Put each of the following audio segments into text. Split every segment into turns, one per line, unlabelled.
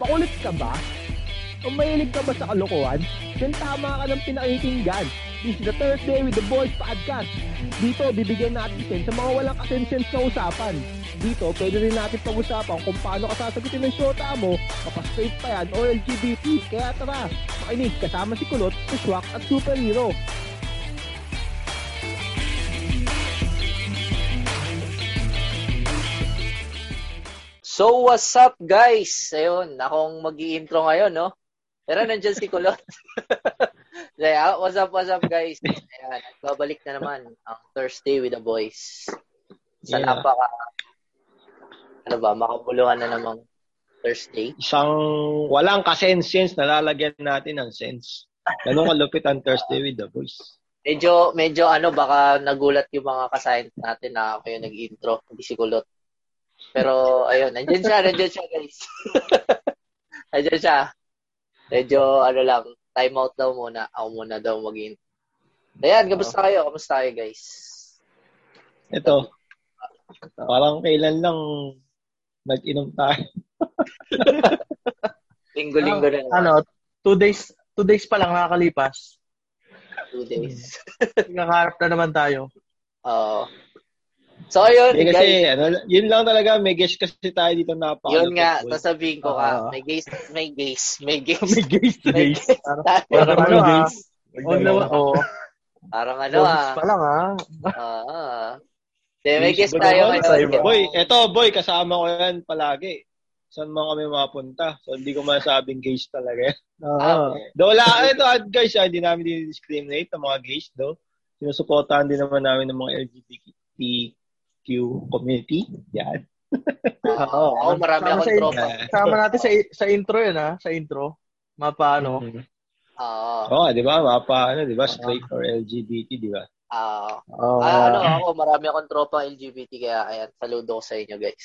Makulit ka ba? Kung mahilig ka ba sa kalokohan, then tama ka ng pinakikinggan. This is the Thursday with the Boys Podcast. Dito, bibigyan natin sense sa mga walang kasensen sa usapan. Dito, pwede rin natin pag-usapan kung paano ka sasagutin ng syota mo, kapag-straight pa yan o LGBT. Kaya tara, makinig kasama si Kulot, Pushwak at Superhero.
So, what's up, guys? Ayun, akong mag intro ngayon, no? Pero nandyan si Kulot. Kaya, what's up, what's up, guys? Ayan, babalik na naman ang Thursday with the boys. Sa
Yeah.
napaka, ano ba, makabuluhan na namang Thursday.
isang walang kasense-sense, nalalagyan natin ng sense. Ganun kalupit ang Thursday with the boys.
Medyo, medyo ano, baka nagulat yung mga kasayant natin na ako yung nag-intro, hindi si Kulot. Pero, ayun, nandyan siya, nandyan siya, guys. nandyan siya. Medyo, ano lang, time out daw muna. Ako muna daw mag-intro. Ayan, kamusta kayo? Kamusta kayo, guys?
Ito, parang kailan lang nag-inom tayo.
Linggo-linggo na naman.
ano, two days, two days pa lang nakakalipas.
Two days.
Nakaharap na naman tayo.
Oo. so, ayun,
Eh, kasi,
guys.
ano, yun lang talaga, may guest kasi tayo dito na
Yun nga, sasabihin ko ka,
Oo.
may gays, may gays, may gays.
may guest
May
today.
gays.
Parang
Parang
ano
ano,
ah. Oh, no, oh.
Parang ano
Two days
ah.
pa lang ah.
Ah. Hindi, may guest tayo ngayon.
Boy, eto, boy, kasama ko yan palagi. Saan man kami mapunta. So, hindi ko masabing gays talaga yan.
Ah.
Though, wala, ito, at guys, ah, hindi namin dinidiscriminate ang mga gays, though. Sinusuportahan din naman namin ng mga LGBTQ community. Yan.
Oo, oh,
Oo.
marami
Sama
akong
sa-
tropa.
Kasama natin sa, sa intro yun ah. Sa intro. Mapaano.
Oo.
Oo, di ba? Mapa, ano, di ba? Straight or LGBT, di ba?
Oo.
Mm-hmm.
Oh.
Ah, ano ako, marami akong tropa LGBT kaya ayan, saludo ko sa inyo guys.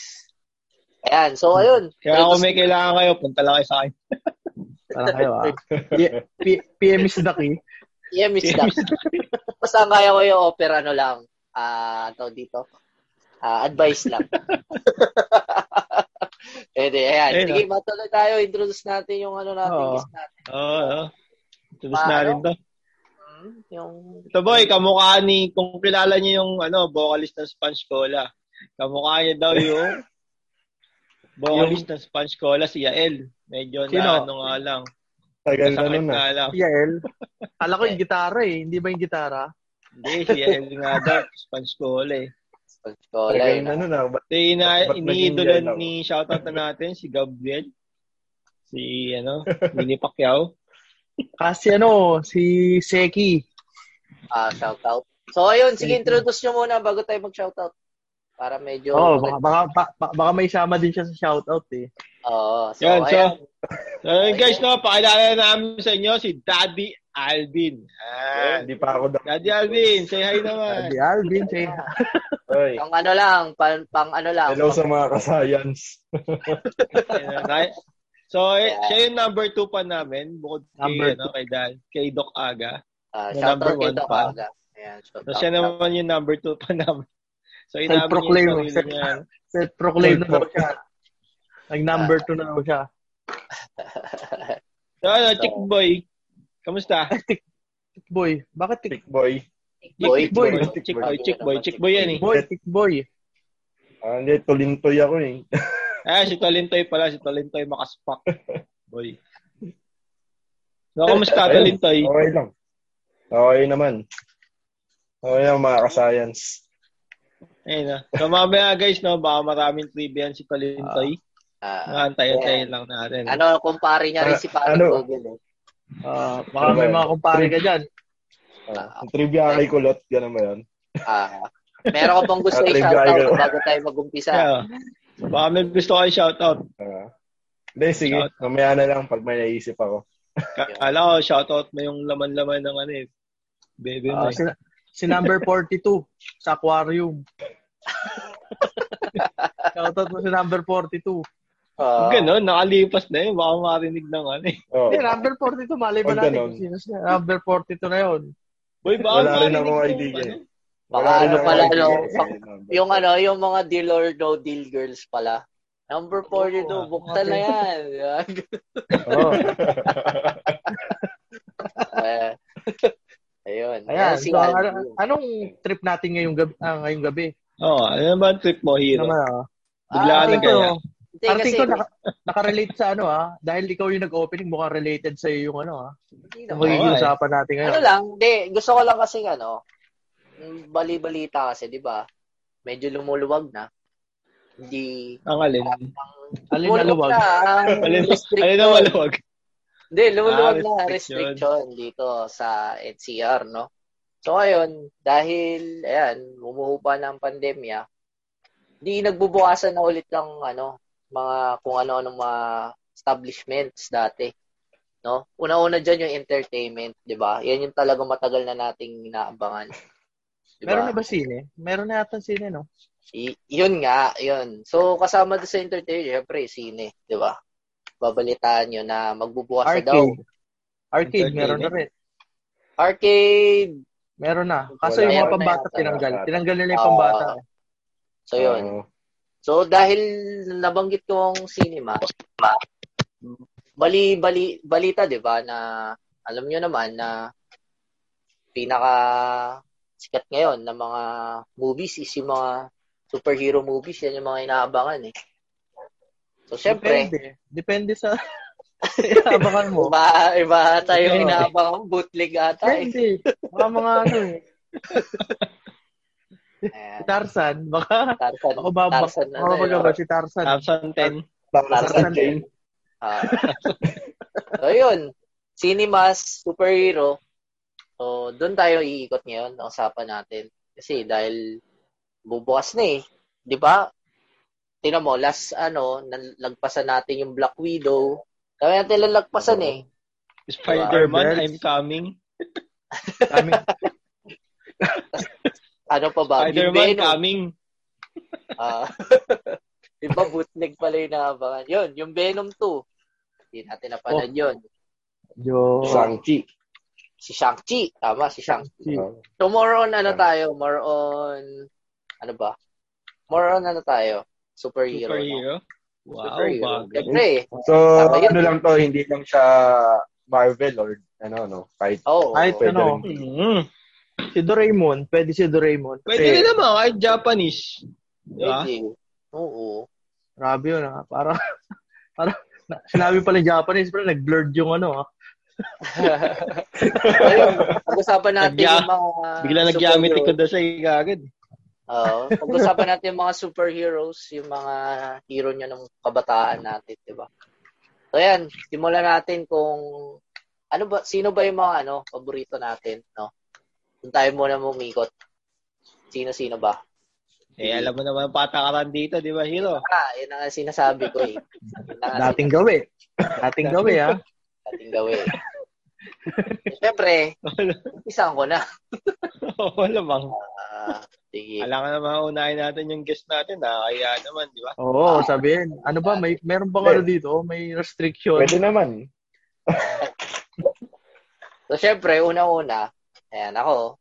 Ayan, so ayun.
Kaya kung may kailangan kayo, punta lang kayo sa akin.
Parang kayo ah. P- P- PM is the key.
PM is that. Basta ang kaya ko yung offer, ano lang, ah, uh, dito, ah, advice lang. Pwede, ayan.
Ayun,
Sige, matuloy tayo. Introduce natin yung ano natin,
Oo.
guest natin.
Oo, oo. Tapos
Paano?
na rin to.
Hmm, Yung
Ito boy, kamukha ni, kung kilala niyo yung ano, vocalist ng Sponge Cola. Kamukha niya daw yung vocalist ng Sponge Cola, si Yael. Medyo
Sino?
na ano nga lang.
Tagal na
Sakit
nun ah.
nga lang.
Yael. Kala ko yung gitara eh. Hindi ba yung gitara?
Hindi, si Yael nga daw, Sponge Cola eh.
Sponge ko.
Tagal
ayun,
na nun ah. Ba't
So, ina,
Ba't naging
iniidolan
galaw?
ni, shoutout na natin, si Gabriel. Si, ano, Mini Pacquiao.
Kasi ano, si Seki.
Ah, shoutout. So, ayun. Sige, introduce nyo muna bago tayo mag-shoutout. Para medyo...
Oo, oh, baka, baka, ba- baka may sama din siya sa shoutout eh.
Oo, so,
Yan, so,
ayan.
so, yun, guys, no, pakilala namin sa inyo si Daddy Alvin. Ah,
Hindi pa ako da-
Daddy Alvin, say hi naman.
Di Alvin, say
Oy,
Pang ano lang, pang, pang ano lang.
Hello
pang,
sa mga kasayans.
Ayan, ay- so, eh, siya yung number two pa namin, bukod kay,
Number
ano, kay, Dan, kay Doc Aga.
ah,
na
shoutout
number
kay
one
Doc
pa.
Aga. Ayan, shoutout.
So, siya naman yung number two pa namin. So, inamin
Self-proclaim.
yung sarili niya.
Self-proclaim na daw siya. Nag number 2 na daw siya.
So, ano, chick boy, kamusta?
Tick boy. Bakit tick
Tick boy.
Boy,
Chick boy,
boy.
chick boy, chick boy, chick boy yan eh.
boy? Tick boy.
Ah, hindi, tulintoy ako eh.
Ah, si Talintoy pala, si Talintoy makaspak. Boy. So, kamusta
Ayun,
Talintoy?
Okay lang. Okay naman. Okay lang mga kasayans.
Ayun na. So, mamaya guys, no, baka maraming trivia yan si Talintoy.
Ah,
Nakantay-antay lang natin.
ano, kumpare niya
Ah,
rin si Patrick
Ano?
Google. Eh.
Ah, baka may mga kumpare ka dyan.
Ah, ang trivia kay Kulot, ganun ba yun?
Ah, meron ko pang gusto
Ah,
i-shoutout
Trevor.
bago tayo mag-umpisa.
Yeah. So, baka may gusto kayo shoutout.
Ah. Hindi, sige.
Shout.
Mamaya na lang pag may naisip ako.
Kala ko, shoutout mo yung laman-laman ng ano eh. Bebe mo
Ah,
eh.
si, si number 42 sa aquarium. Shoutout mo si number 42.
Ah,
Huwag ganun, nakalipas na yun. Baka marinig ng ano eh.
Oh,
Hindi, number 42. Malay ba
Huwag
natin
ganun.
kung sino siya. Number 42 na yun.
Boy, baka
Wala rin
marinig
akong
yung
idea
ano.
Baka ano
akong
pala,
idea
ano,
eh.
yung ano, yung mga deal or no deal girls pala. Number 42,
Oo, ah.
bukta na yan.
Oo.
Oh,
Eh, Ayun. Ayan,
Ayan.
si
So,
Alvin.
ano- anong trip natin ngayong gabi? ah, ngayong gabi?
Oh, ano ba ang trip mo, Hero?
Naman, ah.
Biglaan
Tingin
na kaya.
ko,
Hindi,
Parang
kasi,
ko naka, nakarelate sa ano ah. Dahil ikaw yung nag-opening, mukhang related sa yung ano ah.
hindi
Ang
naman.
magiging
Oo, eh.
usapan natin ngayon.
Ano lang, hindi, gusto ko lang kasi ano, mm, bali-balita kasi, di ba? Medyo lumuluwag na. Hindi,
Ang alin?
Alin na luwag?
Alin,
Alin
alin ang maluwag?
Hindi, lumuluwag
Ah,
na
restriction.
restriction dito sa NCR, no? So, ngayon, dahil, ayan, humuhupa na ang pandemya, di nagbubukasan na ulit ng, ano, mga, kung ano-ano mga establishments dati. No? Una-una dyan yung entertainment, di ba? Yan yung talagang matagal na nating inaabangan. Di
Meron na ba sine? Meron na yata sine, no?
Y- yun nga, yun. So, kasama doon sa entertainment, syempre, sine, di ba? Babalitaan yun na magbubukas na daw.
Arcade. Arcade, meron na rin.
Arcade!
Meron na. Kaso
Wala.
yung mga
Meron na
pambata
yata.
tinanggal. Tinanggal nila yung pambata.
Oo. So, yun.
Ah,
So, dahil nabanggit kong cinema, bali, bali, balita, di ba, na alam nyo naman na pinaka sikat ngayon ng mga movies is yung mga superhero movies. Yan yung mga inaabangan eh. So, syempre,
Depende. Depende sa abangan mo.
iba, iba tayo
Depende.
inaabangan. Bootleg ata eh.
Depende. Baka mga ano eh.
Ayan.
Tarzan. Baka,
Tarzan.
baka babak.
Tarzan na
Baka
tayo.
baga si Tarzan.
Absent 10.
Tarzan
Tarzan.
Jane.
Ah. so, yun. Cinemas, superhero. So, doon tayo iikot ngayon ang usapan natin. Kasi dahil bubukas na eh. Di ba? Tinan mo, last ano, nalagpasan natin yung Black Widow. Kaya natin lalagpasan eh.
Spider-Man,
Marvel.
I'm coming.
Kami-
Ano pa ba?
Spider-Man,
Bimbeno.
coming.
Ah. Diba, bootleg pala yung naabangan. Yun, yung Venom 2. Hindi natin napanood yun.
Yo.
Shang-Chi.
Si Shang-Chi. Tama, si Shang-Chi.
Oh.
So more on ano tayo, more on ano ba? More on ano tayo? Superhero. no?
Superhero. Wow,
Superhero.
bagay.
Siyempre,
So,
Tama yun.
ano lang to, hindi lang siya Marvel or ano, no? Kahit
oh,
Kahit
Pwede
ano,
rin.
Mm.
si Doraemon. Pwede si Doraemon.
Pwede
Kasi-
rin naman, kahit Japanese. Di ba?
pwede. Oo.
Grabe yun ah. Para, para, na, sinabi pala yung Japanese, pero nag-blurred yung ano ah.
Ayun, pag-usapan natin
Nagya-
yung mga
Bigla nag-geometry ko
superhero.
na sa agad.
Oo. Pag-usapan natin yung mga superheroes, yung mga hero nyo ng kabataan natin, di ba? So yan, simulan natin kung ano ba, sino ba yung mga ano, paborito natin, no? Kung tayo muna mumikot. Sino-sino ba?
Eh, alam mo naman ang patakaran dito, di ba, Hiro?
Ah, yun ang sinasabi ko eh. Yun ang
Dating gawi. Dating gawi ah.
sinasabi nating gawin. Siyempre, isang ko na.
Wala bang.
Ah, sige.
Alam ka naman, unahin natin yung guest natin. Nakakaya naman, di ba?
Oo, sabihin. Ano ba, may, meron bang ano dito? May restriction?
Pwede naman.
So, siyempre, una-una, ayan ako,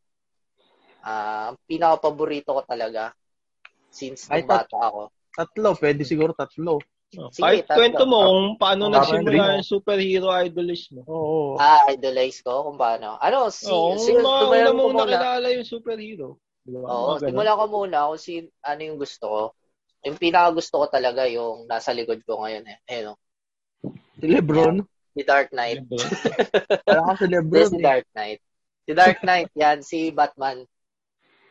ah, ang pinaka-paborito ko talaga since
Ay,
nung bata ako.
Tatlo, pwede siguro tatlo.
Sige,
Oh, Kahit
tatlo. Oh,
kwento mo kung paano
Tatlo.
nagsimula ang superhero idols mo.
Oo.
Ah, idolize ko kung paano. Ano, si,
Oo,
si,
mga una
tumayo ko
mong
muna.
nakilala yung superhero. Di ba?
Oo,
Mga ganun.
simulan ko muna kung si, ano yung gusto ko. Yung pinaka gusto ko talaga yung nasa likod ko ngayon eh. Ayun, oh.
Si Lebron.
si Dark Knight.
Wala ka si
Hindi,
Lebron.
si
eh.
Dark Knight. Si Dark Knight, yan. Si Batman.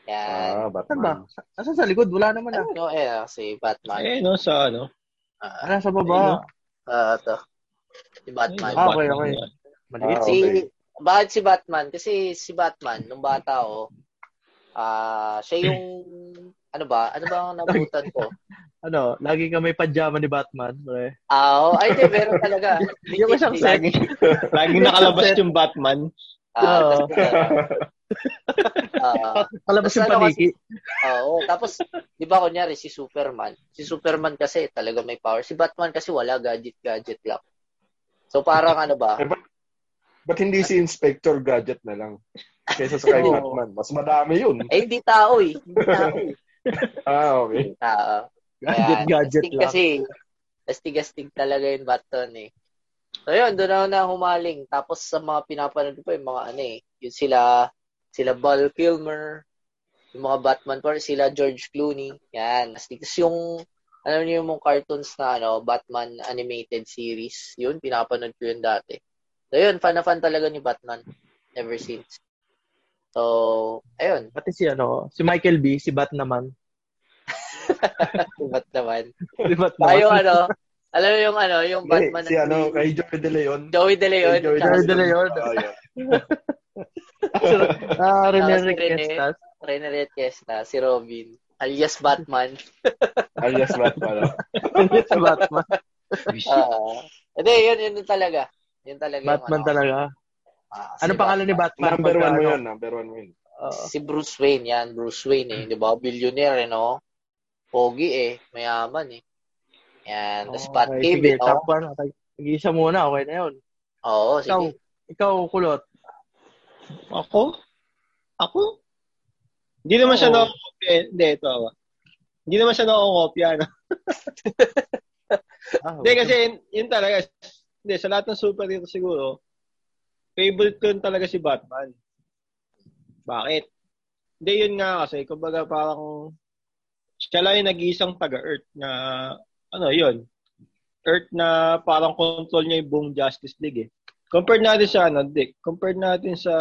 Yan.
Ah,
Saan ba?
Batman.
Sa- Asan sa likod? Wala naman ah.
ano no, eh, si Batman.
Eh, no, sa ano?
Ah,
Ano sa baba?
ah, to. Si Batman.
Batman.
Ah, okay, okay. Maliit.
Ah,
Si,
okay.
bakit si Batman? Kasi si Batman, nung bata ako, ah, siya yung, ano ba? Ano ba ang nabutan ko?
Ano, lagi ka may pajama ni Batman. Pre.
Ah, oh, ay, di, meron talaga.
Yung may siyang
Legit,
set.
Laging, laging nakalabas yung Batman.
Ah,
Oo.
tas, ah, ah,
Kalabas yung
Basta ano kasi-
paniki.
Oo. Tapos, di ba kunyari, si Superman. Si Superman kasi talaga may power. Si Batman kasi wala, gadget-gadget lang. So, parang ano ba?
Ba't hindi si Inspector Gadget na lang? Kaysa sa
Oo.
kay Batman. Mas madami yun.
Eh, hindi tao eh. Hindi tao eh.
Ah, okay.
Ah, ah.
Gadget,
Ayan.
gadget
Kasi-
lang.
Kasi, Astig-astig talaga yung baton eh. So yun, doon ako na humaling. Tapos sa mga pinapanood ko, yung mga ano eh, yung sila, sila Val Kilmer, yung mga Batman par, sila George Clooney. Yan, astig. Tapos yung, alam niyo yung mga cartoons na ano, Batman animated series, yun, pinapanood ko yun dati. So yun, fan na fan talaga ni Batman ever since. So, ayun,
Pati si ano, si Michael B, si Bat naman.
Bat naman.
Si Bat
Baka yung
naman.
ano, alam mo yung ano, yung Batman.
si ano, kay Joy De Leon.
Joey De Leon.
Kay Joey
tsaka
De Leon.
Ah, yun.
Ah,
Tapos si
Rene
Rene.
Requestas.
si Rene Requesta, si Robin, alias Batman.
Alias Batman. ah.
si Batman.
Ah, Hindi, yun, yun, yun talaga. Yun talaga
Batman
yung ano.
talaga.
Ah, si
Ano pangalan ni
Batman?
Batman?
Number
Pagka
one mo
ano,
yun, number one mo yun.
oo.
Si Bruce Wayne yan. Bruce Wayne eh. Di ba? Billionaire eh, no? Pogi eh. Mayaman eh. Yan. Tapos
Oo, okay,
Batcave
sige,
eh,
top
no?
one. Nag-iisa muna, okay na yun.
Oo,
Ikaw,
sige.
ikaw, kulot.
Ako? Ako? Hindi naman siya
Oo.
nakakopya. Hindi, ito ako. Hindi naman siya nakakopya. Ano?
Ah,
Hindi, kasi yun, yun talaga. Hindi, sa lahat ng superhero siguro, favorite ko yun talaga si Batman. Bakit? Hindi, yun nga kasi. Kumbaga parang siya lang yung nag-iisang taga-Earth na ano yun. Earth na parang control niya yung buong Justice League eh. Compared natin sa ano, Dick. Compared natin sa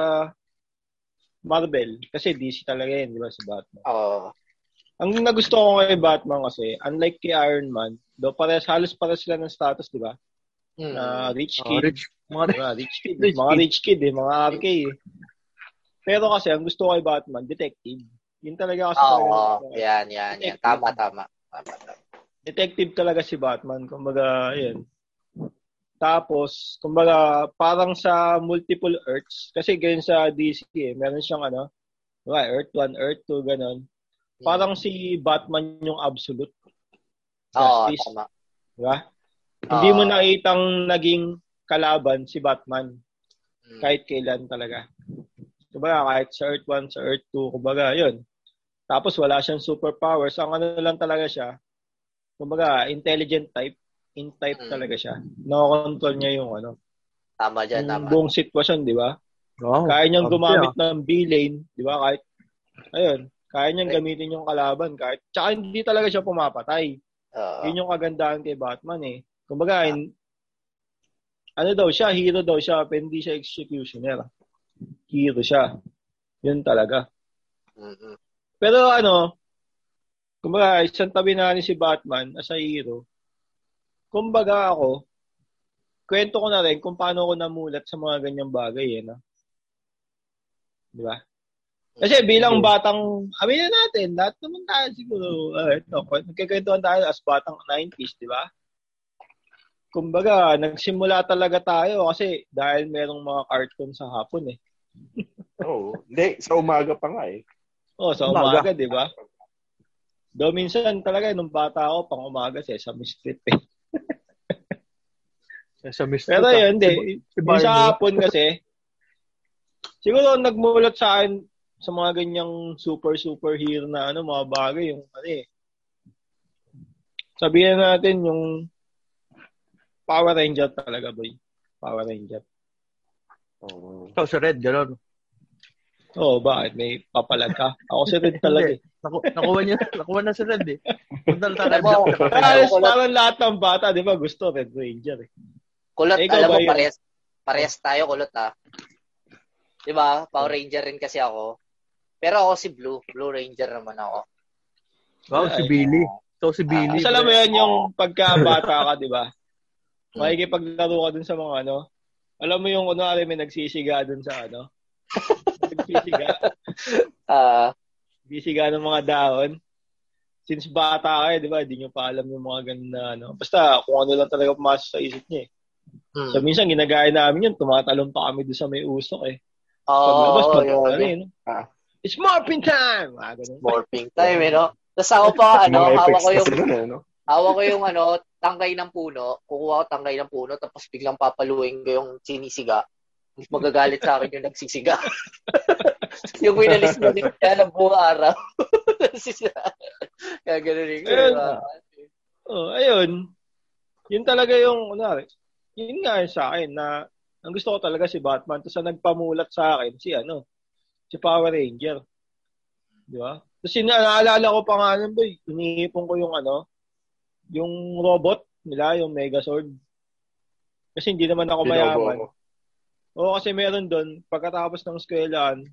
Marvel. Kasi DC talaga yun, di ba, sa Batman.
Oo.
Ang nagusto ko kay Batman kasi, unlike kay Iron Man, do pares halos pares sila ng status, di ba?
Hmm.
Na Ah, rich
Oh,
kid,
rich. Mga rich.
mga rich kid,
Rich
mga
kid.
rich kid eh, mga RK eh. Pero kasi ang gusto ko kay Batman, detective. Yun talaga kasi
Oo.
talaga.
Yan, yan, yan. Tama, tama. Tama, tama.
Detective talaga si Batman, kumbaga, yun. Tapos, kumbaga, parang sa multiple Earths, kasi ganyan sa DC eh, meron siyang ano, diba, Earth 1, Earth 2, ganun.
Hmm.
Parang si Batman yung absolute.
Oo, Ah,
Justice.
tama. Ah.
Diba? Hindi mo
Oo.
nakitang naging kalaban si Batman
Hmm.
kahit kailan talaga. Kumbaga, kahit sa Earth 1, sa Earth 2, kumbaga, yun. Tapos wala siyang superpowers. Ang ano lang talaga siya, kumbaga, intelligent type. In-type
Mm.
talaga siya. Nakokontrol niya yung ano,
Tama dyan,
yung
tama.
Mm, buong sitwasyon, di ba?
Wow.
Kaya niyang
Okay,
gumamit
ah.
ng B-lane, di ba? Kahit, ayun, kaya niyang gamitin yung kalaban. Kahit, tsaka hindi talaga siya pumapatay.
Oo.
Yun yung kagandahan kay Batman eh. Kumbaga, in, ano daw siya, hero daw siya, pero hindi siya executioner. Hero siya. Yun talaga.
Mm-mm.
Pero ano, kumbaga, isang tabi na ni si Batman as a hero. Kumbaga ako, kwento ko na rin kung paano ako namulat sa mga ganyang bagay eh. No? Di ba? Kasi bilang batang, aminin natin, lahat naman tayo siguro, uh, ito, nagkikwentuhan tayo as batang 90s, di ba? Kumbaga, nagsimula talaga tayo kasi dahil merong mga cartoon sa hapon eh.
Oo. Hindi, sa umaga pa nga eh.
Oh, sa
Umaga.
umaga, di ba? Do minsan talaga nung bata ako pang umaga sa Sesame Street. Eh.
Sa Mr.
Pero
Ka-
yun,
si-
hindi.
Si
Yung
Barney.
sa hapon kasi, siguro ang nagmulat sa akin sa mga ganyang super super hero na ano, mga bagay, yung ano eh. Sabihin na natin yung Power Ranger talaga, boy. Power Ranger.
Oo.
Ikaw si Red, gano'n.
Oo, bakit? May papalag ka? Ako si Red talaga eh.
Naku, nakuha niya, nakuha na si Red eh. Punta na tayo.
Alam mo,
Parang,
kulot,
parang lahat ng bata, di ba, gusto Red Ranger eh.
kulot,
Ikaw
alam
ba
mo,
yun?
parehas, parehas tayo kulot ah. Di ba? Power Ranger rin kasi ako. Pero ako si Blue. Blue Ranger naman ako.
Wow, si Billy. Ikaw si Billy.
Basta alam mo yun, yung pagkabata ka, di ba? Makikipaglaro ka dun sa mga ano. Alam mo yung kunwari may nagsisiga dun sa ano. nagsisiga.
Ah,
Bisiga ng mga dahon. Since bata kayo, di ba? Di nyo pa alam yung mga ganun na ano. Basta kung ano lang talaga pumasok sa isip niya eh.
hmm.
So minsan ginagaya namin yun. Tumatalon pa kami dun sa may usok eh. Paglabas,
Oo,
mag-
yun,
ano,
yun.
yun.
Ah.
It's morphing time! Ah, ganun.
Morphing time, eh, no? Tapos ako pa, ano,
Mga
hawa
effects
ko yung,
kasi nun eh, no?
hawa ko yung, ano, tangkay ng puno. Kukuha ko tangkay ng puno, tapos biglang papaluin ko yung sinisiga. Mas magagalit sa akin yung nagsisiga. yung winalis mo din siya ng buong araw. Sisira. Kaya ganun rin.
Ayun. Oh, ayun. Yun talaga yung, kunwari, yun nga yun sa akin na ang gusto ko talaga si Batman. Tapos ang nagpamulat sa akin, si ano, si Power Ranger. Di ba? Tapos yun, naalala ko pa nga, ano boy, iniipon ko yung ano, yung robot nila, yung Megazord. Kasi hindi naman ako
Binobo
mayaman.
ako.
Oo, kasi meron doon, pagkatapos ng eskwelahan,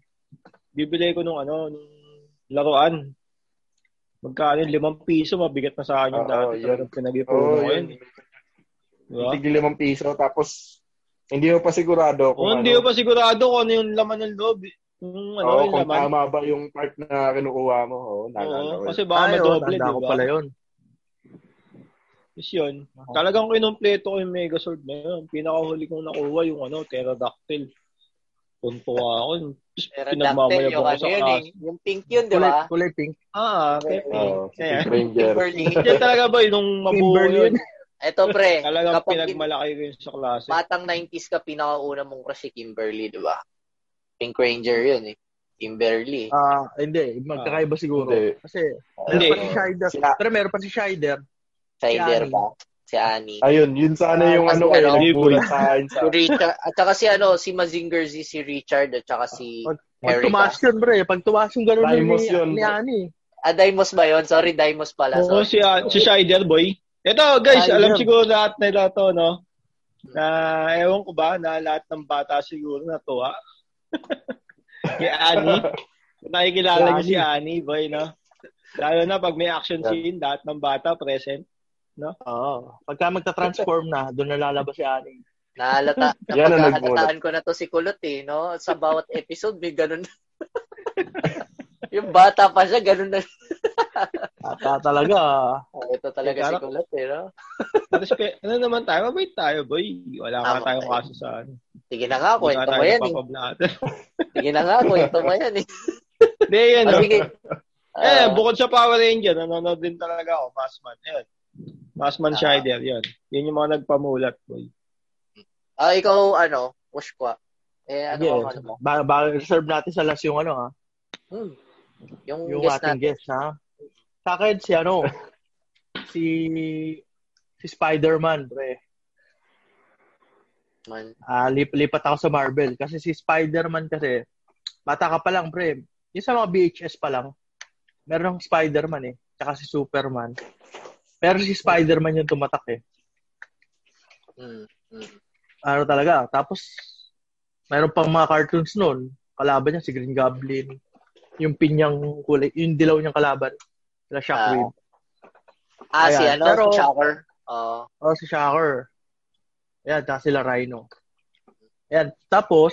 bibili ko nung ano, nung laruan. Magkano yun? limang piso, mabigat na sa akin yung
Oo,
dati.
yun.
Talagang pinag-ipunan
Oo,
ko yun.
yun.
Diba?
Tigil limang piso, tapos hindi mo pa sigurado kung
Oo, hindi ko
ano.
pa sigurado kung ano yung laman ng loob. Yung ano,
Oo,
yung
kung
laman.
tama ba yung part na kinukuha mo. Oo, naalala
Oo,
ko.
kasi baka madoble, di
tanda ko
ba?
pala yun.
Yes, yun. Talagang kinumpleto ko yung Megazord na yun. Pinakahuli kong nakuha yung ano, Pterodactyl. Puntuwa ako. Tapos
Pero dactyl
pinagmamayabang
yung
ko
ano
sa
yun eh.
kaso.
Yung pink yun, di
Kulay,
ba?
kulay pink.
Ah, okay.
Oo, si
Kaya,
Pink Ranger.
Kimberly.
Yan talaga ba nung mabuo
Kimberly
yun?
yun.
Eto pre,
Talagang eh.
kapag
pinagmalaki ko yun sa klase.
batang 90s ka, pinakauna mong crush si Kimberly, di ba? Pink Ranger yun eh. Kimberly.
Ah, hindi. Magkakaiba siguro.
Hindi.
Kasi,
Hindi.
meron pa si Shider.
Sila-
Pero meron pa si Shider.
Sider
Annie.
pa. Si Annie.
Ayun, yun sana yung
Ah,
ano
kasi
kayo,
ano,
nagbulat sa akin sa...
Si Richard. At saka si ano, si Mazinger Z, si Richard, at saka si
Pag- Pag
Erica.
tumaas yun, bre. Pag tumaas yung gano'n ni,
Dimos yun.
ni Ani.
Ah, Dimos ba yun? Sorry, Dimos pala.
Oo,
Sorry.
si, ah, si Shider Boy. Ito, guys,
Shider.
alam siguro lahat nila to, no? Na, ewan ko ba, na lahat ng bata siguro natuwa. kay Annie. Kung Nakikilala niyo si Annie, boy, no? Lalo na pag may action scene, lahat ng bata present.
Oo. Pagka magta-transform na, doon na lalabas si Ani.
Nahalata,
Yan ang
napaghahalataan ko na to si Kulot eh, no? Sa bawat episode, may ganun. yung bata pa siya, ganun na.
Ata ah, talaga.
Oh, ito talaga si Kulot eh, no?
Respe- ano naman tayo? Mabait tayo, boy. Wala
Tama
nga tayong
tayo.
kaso sa ano.
Sige na nga,
Wala
kwento
tayo
mo yan eh.
napapablatan.
Sige na nga, kwento mo yan eh.
Hindi, yun.
Ah,
no?
sige.
eh,
Ah,
bukod sa Power Ranger, nanonood din talaga ako, Masman. Yun. Masman
Ah.
Shider, yun. Yun yung mga nagpamulat, boy.
ah, ikaw, ano, push ko ah. Eh, ano
Sige,
ang ano mo?
ba, ba, reserve natin sa last yung ano, ha?
Hmm. Yung,
Yung
guest
ating
natin.
guest, ha? Sa akin, si ano, si si Spider-Man, pre.
Man.
Ah, lip, lipat ako sa Marvel. Kasi si Spider-Man kasi, bata ka pa lang, pre. Yung sa mga BHS pa lang, meron ng Spider-Man eh. Tsaka si Superman. Pero si Spider-Man yung tumatak eh.
Hmm. Hmm.
ano talaga. Tapos, mayroon pang mga cartoons noon. Kalaban niya si Green Goblin. Yung pinyang kulay, yung dilaw niyang kalaban. Sila Shockwave.
Ah, si
Ayan,
ano,
pero-
si Shocker. Oo.
oh, si Shocker. Ayan, tsaka sila Rhino. Ayan, tapos,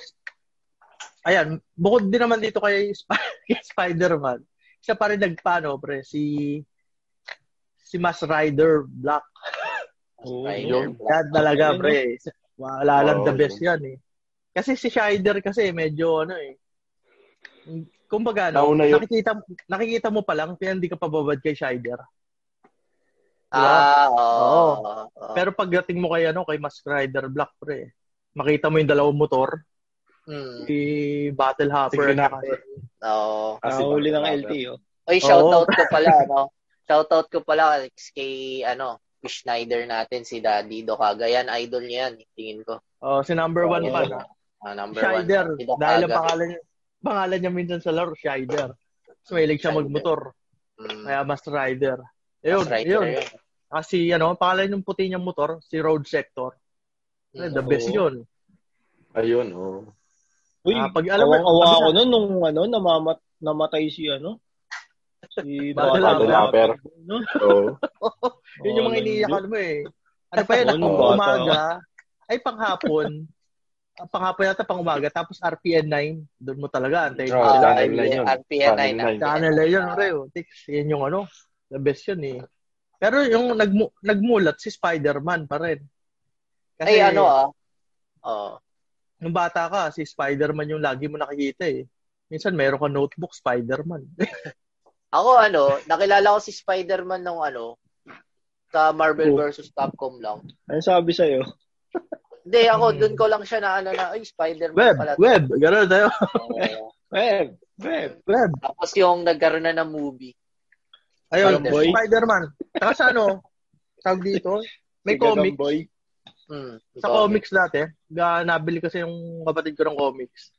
ayan, bukod din naman dito kay, Sp- kay Spider-Man, isa pa rin nagpano, pre, si si Mas Rider Black.
Oo,
Spider.
Yan talaga,
Ayun,
pre. Wala lang
Oo,
the best
yun.
yan eh. Kasi si Shider kasi medyo ano eh. Kumbaga, no,
Nauna yun.
nakikita, nakikita mo pa lang, kaya hindi ka pababad kay Shider.
Ah, oo.
Oo.
oo, oo.
Pero pagdating mo kay, ano, kay Mask Rider Black, pre, makita mo yung dalawang motor,
Hmm.
si Battle
Si
Hopper. at saka-
Kinakper.
Oo.
Ah, si
Nahuli ng oh.
Batman.
LTO.
Oy,
Oo.
shoutout ko pala, ano? Shoutout ko pala kay, ano, kay Schneider natin, si Daddy Dokaga. Yan, idol niya yan. Tingin ko.
Oh, si number one
Oo,
pa.
yun. Ah, number
Shider.
one. Si Dokaga.
Dahil ang pangalan niya, pangalan niya minsan sa laro, Shider. So, mahilig siya
Shider.
magmotor.
Hmm.
Kaya Mask Rider. Ayun,
Striker
ayun.
yun.
Kasi ano, ang pangalan ng puti niyang motor, si Road Sector. Eh, The
Hmm.
best
Oo.
yun.
Ayun, oh. oo.
Uy,
Ah, pag alam
alam
mo-
awa
sabi
ako nun nung ano, namamat, namatay si ano. Si
Battle
Battle
Hopper.
Ah, No?
Oo.
Yun yung mga
Oo,
iniiyakan mo eh. Ano pa yun?
Oo,
bata.
umaga. Ay, panghapon. Ah, panghapon yata pang umaga. Tapos RPN 9. Doon mo talaga. Antayin mo
Oo,
Ah,
sila.
Ah, channel nine yun.
RPN9.
Channel nine.
Channel na yun, Reo. Tix, yun yung ano. The best yun eh. Pero yung nagmu- nagmulat si Spider-Man pa rin.
Ay, ano ah. Oo.
Nung bata ka, si Spider-Man yung lagi mo nakikita eh. Minsan meron ka notebook, Spider-Man.
Ako ano, nakilala ko si Spider-Man nung ano, sa Marvel
Oh.
vs. Capcom lang.
Ano sabi sa'yo?
Hindi, ako
Hmm.
doon ko lang siya na ano na, ay, Spider-Man
web,
pala.
web. Ganun tayo.
Oo.
Web, web.
Web.
Tapos yung nagkaroon na ng movie.
Ayun,
Ayun, boy.
Spider-Man. Tapos ano, tawag dito, May
Tiga ng
comics.
boy.
Hmm,
Sa comics dati, ga- nabili kasi yung kapatid ko ng comics.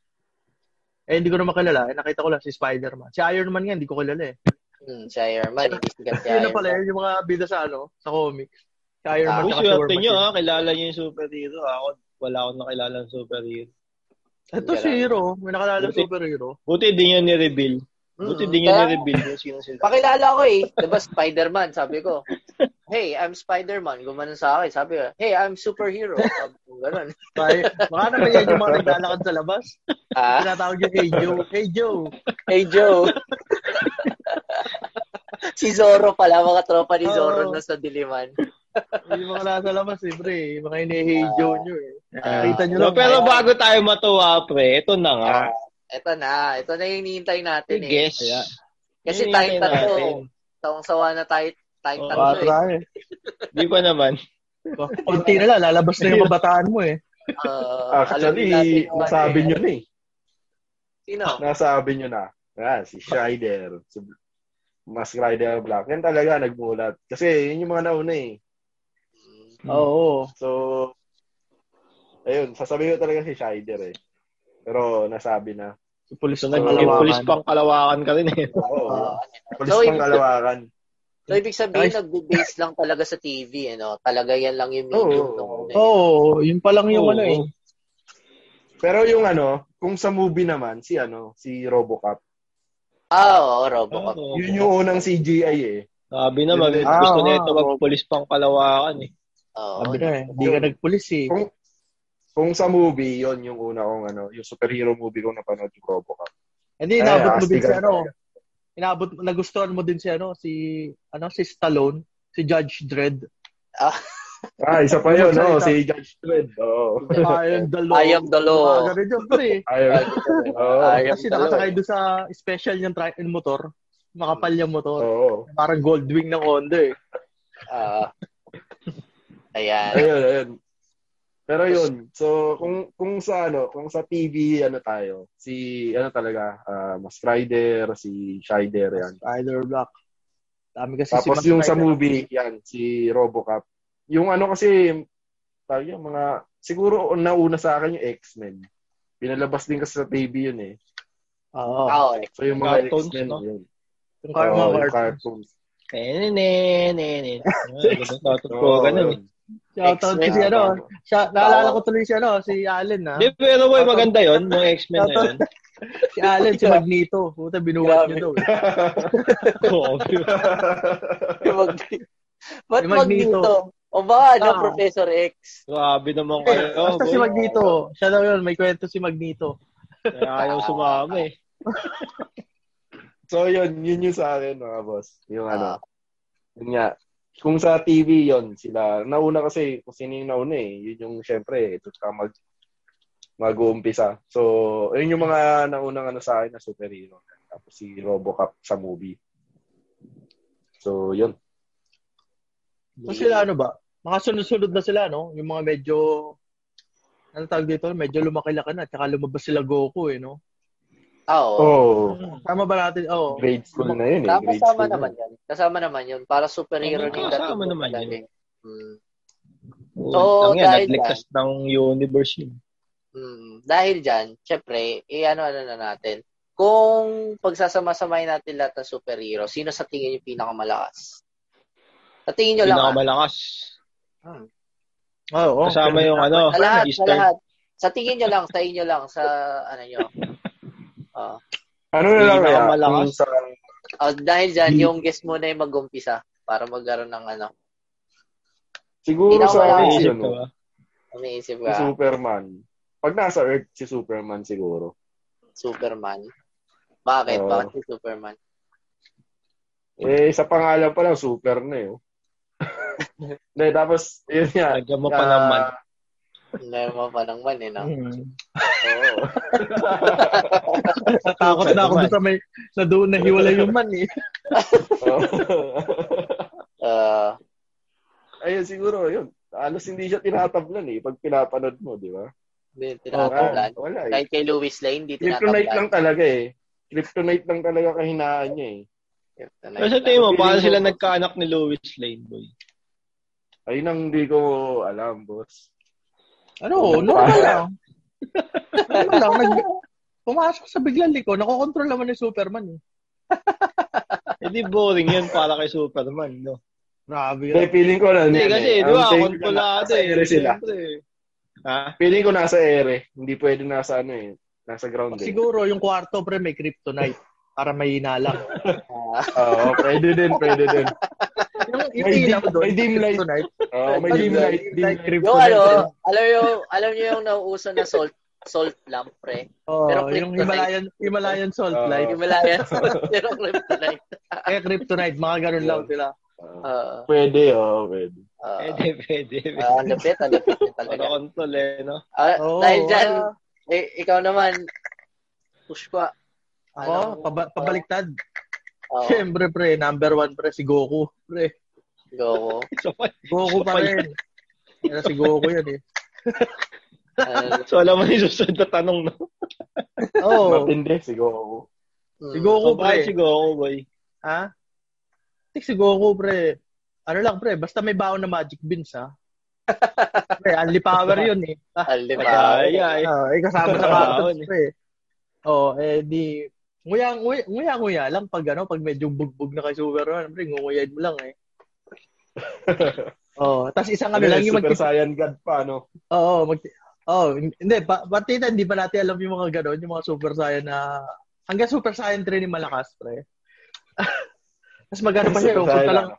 Eh, hindi ko na makilala. Eh, nakita ko lang si Spider-Man. Si Iron Man nga, hindi ko kilala eh.
Hmm, si Iron Man, hindi sikat si
Yun na
Iron
pala,
Man.
yun yung mga bida sa ano, sa comics. Si Iron
Ah,
Man,
Uy,
tsaka si War
swerte nyo
Machine.
ha. Kilala nyo yung superhero. ah. Ako, wala akong nakilala ng superhero.
Ito si Hero, may nakalala ng superhero.
Buti di nyo ni-reveal. Buti
Mm,
di nyo
kaya-
ni-reveal kung sino sila.
Pakilala ko eh. Diba Spider-Man, sabi ko. Hey, I'm Spider-Man. Gumanon sa akin. Sabi ko, hey, I'm superhero. Sabi ko, ganun.
Ay, baka naman yan yung mga naglalakad sa labas.
Ah,
Tinatawag yung hey Joe. Hey Joe.
hey Joe. si Zorro pala. Mga tropa ni Zorro
Oo.
na sa diliman.
Yung mga nasa labas eh, pre. Yung mga ini-hey Joe nyo eh. Nakita nyo
So,
Ano
lang.
pero bago tayo matuwa, pre, ito na nga.
Ah, Ito na. Ito na yung hinihintay natin
I
eh.
guess.
Kaya.
Kasi
Hinihintay
tayong tatlo.
natin.
Taong sawa na tayo. Tayong
Oo,
tatlo eh.
Patra eh.
Ah,
Di pa naman.
Diba?
Kunti na lang, lalabas na yung kabataan mo eh.
Uh,
Actually,
ano
nasabi nyo na eh.
Sino?
Nasabi nyo na. Ah, si Schreider. Si Mask Rider Black. Yan talaga nagmulat. Kasi yun yung mga nauna eh.
Oo.
So, ayun, sasabihin ko talaga si Schreider eh. Pero nasabi na.
Si Pulis
So,
na
naging pulis pang kalawakan ka rin eh.
Oo. Pulis
So,
pang
ibig-
kalawakan.
So, ibig sabihin,
Guys.
nagbe-base lang talaga sa TV, ano? Talaga yan lang yung
Oo.
medium nung una.
Oo, yun pa lang yung
Oo.
ano eh.
Pero yung ano, kung sa movie naman, si ano, si Robocop.
Ah, oo, Robocop.
Oo.
Ano Yun yung unang CGI eh.
Sabi naman,
Ah,
gusto
ah,
na ito magpulis pang kalawakan eh.
Oo.
Sabi na eh, hindi ka nagpulis eh.
Kung kung sa movie, yon yung una kong ano, yung superhero movie kong napanood yung Robocop.
Hindi,
Ay,
inabot mo din si
astigan
ano.
talaga.
Inabot, nagustuhan mo din si ano, si, ano, si Stallone, si Judge Dredd.
Ah, isa pa yun, no?
Magsalita.
Si Judge Dredd. Oo.
Ayang dalo.
I am the law.
Mga ganun yun, pre.
Ayun. Oo.
I am the
Kasi
law.
nakasakay doon sa special niyang tri- yung motor. Makapal yung motor.
Oo.
Parang Goldwing ng Honda eh.
Ah. ayan.
Ayun, ayun. Pero yun, so kung kung sa ano, kung sa TV ano tayo, si ano talaga, ah, Mas Rider, si Shider yan.
Spider Black. Dami kasi
Tapos
si
yung sa
Matt
movie, yan, si Robocop. Yung ano kasi, tawag yung mga, siguro nauna sa akin yung X-Men. Pinalabas din kasi sa TV yun eh.
Oo.
Ah, Oo.
So yung mga
Cartoons,
X-Men
no?
yun.
Yung
Oo,
Karma
yung
Cartoons.
cartoons.
Eh, ne, ne, ne. Ko,
Oo,
ganun. eh.
yun.
Shoutout
X-Men.
ko si ano.
Tama.
Siya, naalala ko tuloy si ano, si Allen na.
Di, pero boy, maganda yun, nung X-Men na yun.
Si Allen, si Magneto. Puta, binuwat niya daw. eh.
Oo.
Ba't
Si
mag
Magneto.
dito? O baka, ano,
Ah.
Professor X?
Grabe naman kayo.
Basta si
boy.
Magneto. Siya daw yun, may kwento si Magneto.
Kaya ayaw sumama eh.
So yun, yun yung sa akin mga boss. Yung
Ah.
ano, yun nga. Kung sa TV yun, sila, nauna kasi, kung sino yung nauna eh, yun yung syempre, ito ka mag, mag-uumpisa. So, yun yung mga naunang ano sa akin na superhero. Tapos si Robocop sa movie. So, yun.
So sila ano ba? Mga sunod-sunod na sila, no? Yung mga medyo, ano tawag dito? Medyo lumaki-laki na. Tsaka lumabas sila Goku, eh, no?
Ah, Oo.
Oh,
Tama ba natin? Oo.
grade school na yun eh.
Tama,
Grade
Kasama
school
naman yan. Kasama naman yun. Para superhero
Oo,
din.
kasama naman yun.
Hmm.
Oo,
So,
yan,
dahil
nagligtas ng universe yun.
Mm, dahil dyan, syempre, i-ano-ano na natin. Kung pagsasama-samahin natin lahat ng superhero, sino sa tingin yung pinakamalakas? Sa tingin nyo lang. ah.
Pinakamalakas.
Oo. Oh,
Kasama yung ano,
sa lahat, sa
Eastern.
lahat. Sa tingin nyo lang, sa inyo lang, sa ano nyo. Ah.
Ano na lang
Hindi
kaya?
nakamalakas.
Kung sa,
Ah, dahil
Hmm.
dyan, yung guest muna yung mag-umpisa para magkaroon ng ano.
siguro
Hindi
sa akin,
nakamalakas.
si,
Naisip
ano,
ka ba?
Umiisip
si
ka,
Superman. Pag nasa Earth, si Superman siguro.
Superman. Bakit?
Oo.
Bakit si Superman?
Eh, sa pangalan pa lang, super na eh. oh. Hindi, tapos, yun
Ah,
nga.
Lagyan mo pa naman.
Meron mo pa ng man, eh, no?
Hmm. Oo.
Natakot na ako doon sa may, na doon nahiwalay yung man, eh.
Ah,
Ayun, siguro, yun. Alos hindi siya tinatablan eh, pag pinapanood mo, di ba?
hindi
Ah,
tinatablan.
wala eh.
Kahit kay Louis Lane, hindi
Kryptonite
tinatablan.
lang talaga eh. Kryptonite lang talaga kahinaan niya eh.
Kryptonite
Pero sa
lang.
tingin mo,
Feeling
paano
ko-
sila nagkaanak ni Lois Lane, boy?
Ayun ang hindi ko alam, boss.
Ano, normal lang. normal lang. Nag, pumasok sa biglang liko. Nakokontrol naman ni Superman. Eh.
Hindi Eh, boring yun para kay Superman, no?
Grabe
Hindi, feeling ko na.
Ano
eh.
Hindi kasi,
eh?
di ba, kontrolado
Nasa
eh.
ere sila.
Siyempre. Ha?
Ah.
Feeling ko nasa ere. Hindi pwede nasa ano eh. Nasa ground eh.
Siguro yung kwarto pre may kryptonite para may hinalang.
Oo, pwede din, pwede din.
yung yung
May dim-
ilaw doon,
may dim light.
kryptonite.
Oo, may dim light. Dim light.
Yung ano, alam niyo, alam niyo yung nauuso na salt salt lamp, pre.
Oh,
Pero
yung
kryptonite.
Himalayan, Himalayan salt
Oo.
light.
Yung malaya sa pero kryptonite.
Eh, kryptonite. Mga ganun lang sila.
Ah.
Oo.
Oo.
Pwede, oo, pwede.
oo.
Pwede, pwede. pwede.
Uh, Ah, ang lupit, ang lupit niya
Para
talaga.
kontrol eh, no?
Ah,
Oo,
dahil dyan,
ah.
eh, ikaw naman, push Ano? ko.
Oo, oh, paba- pabaliktad.
Oh,
Siyempre, pre, number one, pre, si Goku. Pre,
go ko.
So,
Goku pa rin. Kaya si Goku yan eh.
Ah,
so alam mo yung susunod na tanong, no?
Oo,
Matindi, siguro.
mm.
si Goku,
Kung bakit
pre.
si Goku, boy?
Ha? Tik si Goku, pre. Ano lang, pre, basta may baon na magic beans, ha? pre, only power yun eh.
Alin ba?
Ay, ay.
Ah, eh, kasama sa
Baon,
cartoons, pre. Oo, eh, di... Nguya, nguya, nguya, nguya lang pag ano, pag medyo bugbog na kay Superman, pre, ngunguyain mo lang eh. Oo, tapos isang ano
Ano
lang
lang
yung
Super
magtitipid.
Saiyan God pa, ano? no?
Oo, mag Oh, hindi pa pati na, hindi pa natin alam yung mga gano'n, yung mga Super Saiyan na hanggang Super Saiyan 3 ni Malakas, pre. Tapos magano pa siya,
Super
yung punta
Saiyan,
lang.
ano?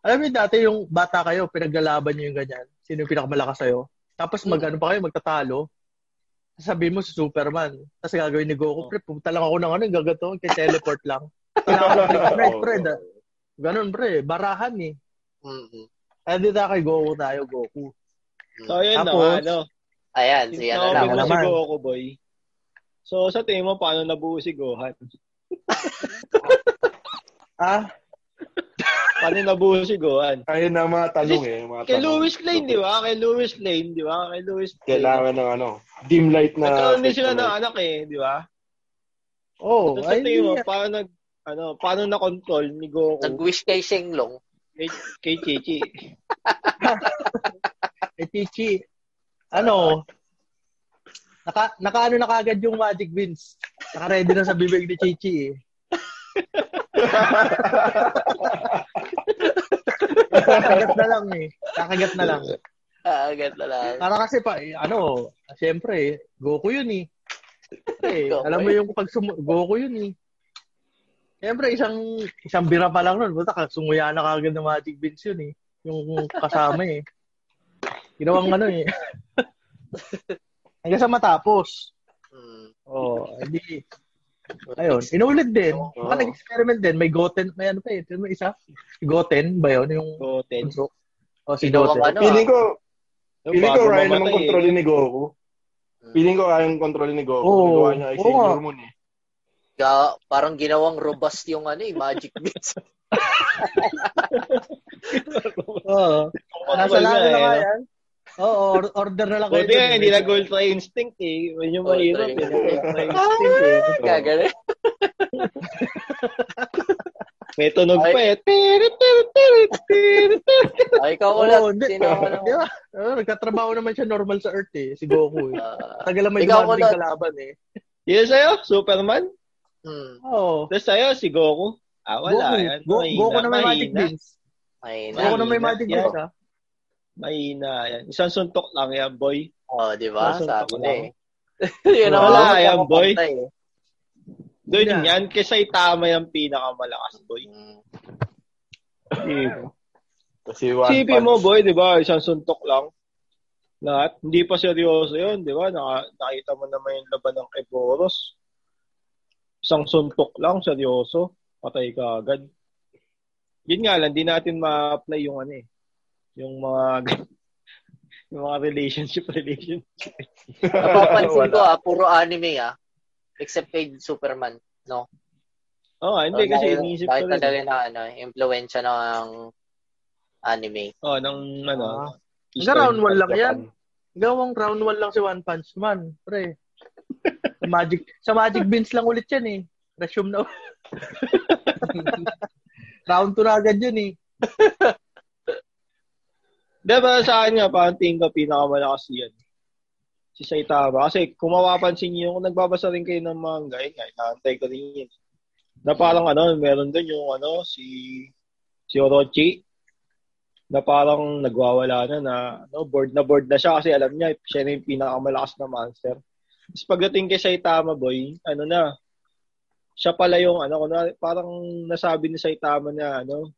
Alam niyo dati yung bata kayo, pinaglalaban niyo yung ganyan. Sino yung pinakamalakas sa'yo? Tapos
Hmm.
magano pa kayo, magtatalo. Sabi mo si Superman. Tapos gagawin ni Goku, pre, pumunta lang ako ng ano, gagato, kay teleport lang. Kailangan ko ng Night, pre. da- Ganun, pre. Barahan, eh.
Mm-mm.
Kaya dito kay Goku tayo, Goku.
So, yun na,
Tapos,
ano?
Ayan, si
Since
ano
na-
na
lang.
mo si
naman.
Goku, boy. So, sa tingin mo, paano nabuo si Gohan?
Ah,
Paano nabuo si Gohan?
Ayun na mga tanong eh. Mga
Kay
tanong.
Lewis Lane, di ba? Kay Lewis Lane, di ba? Kay Lewis Lane.
Kailangan ng ano, dim light na...
Nagkaroon din sila ng
kryptonite.
anak eh, di ba?
oh,
So, sa
ay,
tingin mo,
hindi-
paano nag, ano, paano na-control ni Goku
Nag-wish kay Shenlong.
kay, kay Chichi?
Eh, Chichi, ano, naka, nakaano na kagad yung Magic Beans. Naka-ready na sa bibig ni Chichi eh. Kakagat na lang eh. Kakagat na lang.
Ah, ganda lang.
Para kasi pa, eh, ano, siyempre, eh, Goku yun eh. Eh,
Goku
alam mo yung pag sumu- Goku yun eh. Siyempre, isang isang bira pa lang nun. Buta, sunguya na kagad ng Magic Beans yun eh. Yung kasama eh. Ginawang ano eh. Hanggang sa matapos.
Mm.
Oo, oh, hindi. Ayun, inulit din.
Oh.
Oo.
Baka nag-experiment din. May Goten, may ano pa eh. Ito may isa. Goten ba yun? Yung
Goten.
puso. O, si
Ginawang
Goten.
ano
Feeling ko,
ah,
feeling ko
Bago mamatay
kaya
eh.
naman
Hmm.
kontrolin ni Goku. Feeling ko kaya yung kontrolin ni Goku.
Oo.
Nagawa niya kay
Oo
Sailor
nga.
Moon eh.
Ga- parang ginawang robust yung ano eh, magic beats.
Oo. Nasa
Kontrol
lalo
na
na
eh,
nga
no?
yan. Oo, or- order na lang kayo.
Buti nga,
dun. eh. Ah,
hindi nag ultra instinct eh. Yun yung mahirap eh.
eh. Ultra
Ultra instinct eh.
Oh.
Gagano.
May tunog pa eh. Tirit, tirit, tirit, tirit, tirit.
Ay, Ah, ikaw
Oo,
ulit.
hindi.
Sino ang ano?
oh, Di ba? Oo, nagkatrabaho naman siya normal sa Earth eh. Si Goku eh.
Ah,
Tagal lang may
Ikaw,
dumadating
Kulot.
kalaban eh.
Yun sa'yo, Superman.
hmm.
Oo.
Tapos sa'yo, si Goku. Ah, wala.
Goku.
Yan,
Go-
mahina,
Goku na may Magic
mahina.
Beans.
Ay,
Goku
na.
na may
Mahina.
Magic
Yeah.
Beans ah.
Mahina. Yan. Isang suntok lang yan, boy.
Oh, di ba?
Nasa-
Sabi na eh. Yun ang
Wala
ako
yan, boy.
kapantay eh.
Doon
Yeah.
yan, kasi tama yung pinakamalakas, boy.
Hmm.
Kasi one
Sipin
punch.
mo, boy, di ba? Isang suntok lang. Lahat. Hindi pa seryoso yun, di ba? Naka, nakita mo naman yung laban ng kay Boros. Isang suntok lang, seryoso. Patay ka agad. Yun nga lang, di natin ma-apply yung ano eh. Yung mga yung mga relationship relationship.
Napapansin ko
Wala.
ah, puro anime ah. Except kay Superman.
Oh, hindi
Oh,
kasi
dahil-
iniisip
dahil
ko rin.
talaga na ano, impluensya ng anime.
Oh, ng ano.
Ah.
Eastern
Hanggang round one lang
Japan.
yan. Gawang round one lang si One Punch Man, pre. Sa Magic, sa Magic Beans lang ulit yan eh. Resume na ulit. round 2 na agad yun eh.
Di ba sa akin nga, parang tingin ko pinakamalakas yan. Si Saitama. Kasi kung mapapansin niyo, kung nagbabasa rin kayo ng manga, yun nga, inaantay ko rin yun. Na parang ano, meron doon yung ano, si si Orochi na parang nagwawala na na ano, bored na bored na siya kasi alam niya siya na yung pinakamalakas na monster. Tapos pagdating kay Saitama boy, ano na, siya pala yung ano, kunwari, parang nasabi ni Saitama na ano,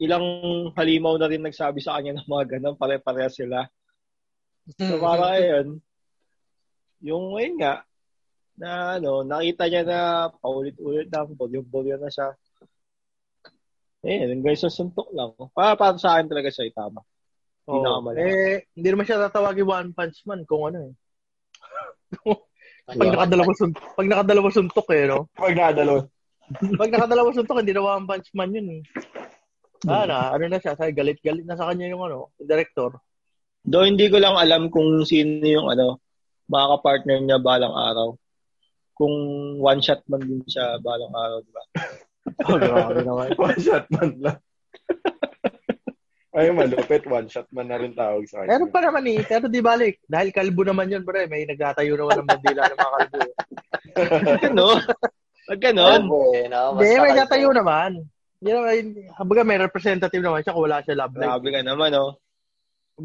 ilang halimaw na rin nagsabi sa kanya ng mga ganun, pare-pareha sila. So parang ayun, yung ayun nga, na ano, nakita niya na paulit-ulit na, bolyo-bolyo na siya. Eh, hanggang sa suntok lang. Para, para sa akin talaga siya, tama. Hindi na
Oo.
kamali.
eh, hindi naman siya tatawagin One Punch Man kung ano eh. Pag nakadalawang suntok, pag nakadalawang suntok eh, no?
Pag nadalo.
Pag nakadalawang suntok, hindi na One Punch Man yun eh. Ah, na, ano na siya, sabi, galit-galit na sa kanya yung ano, director.
Though hindi ko lang alam kung sino yung ano, makaka-partner niya balang araw. Kung one shot man din siya balang araw, di ba?
Oh, grabe naman.
One shot man lang. Ay, malupit. One shot man na rin tawag sa akin.
Meron pa naman eh, pero di balik. Dahil kalbo naman yun, bro. eh. May nagtatayo naman ng bandila ng mga kalbo. eh.
Pag ganun. Pag Ano? ganun.
Hindi, no?
Hindi, may
Basta
nagtatayo naman. Hindi naman, habaga may representative naman siya kung wala siya love life.
Grabe ka naman, oh.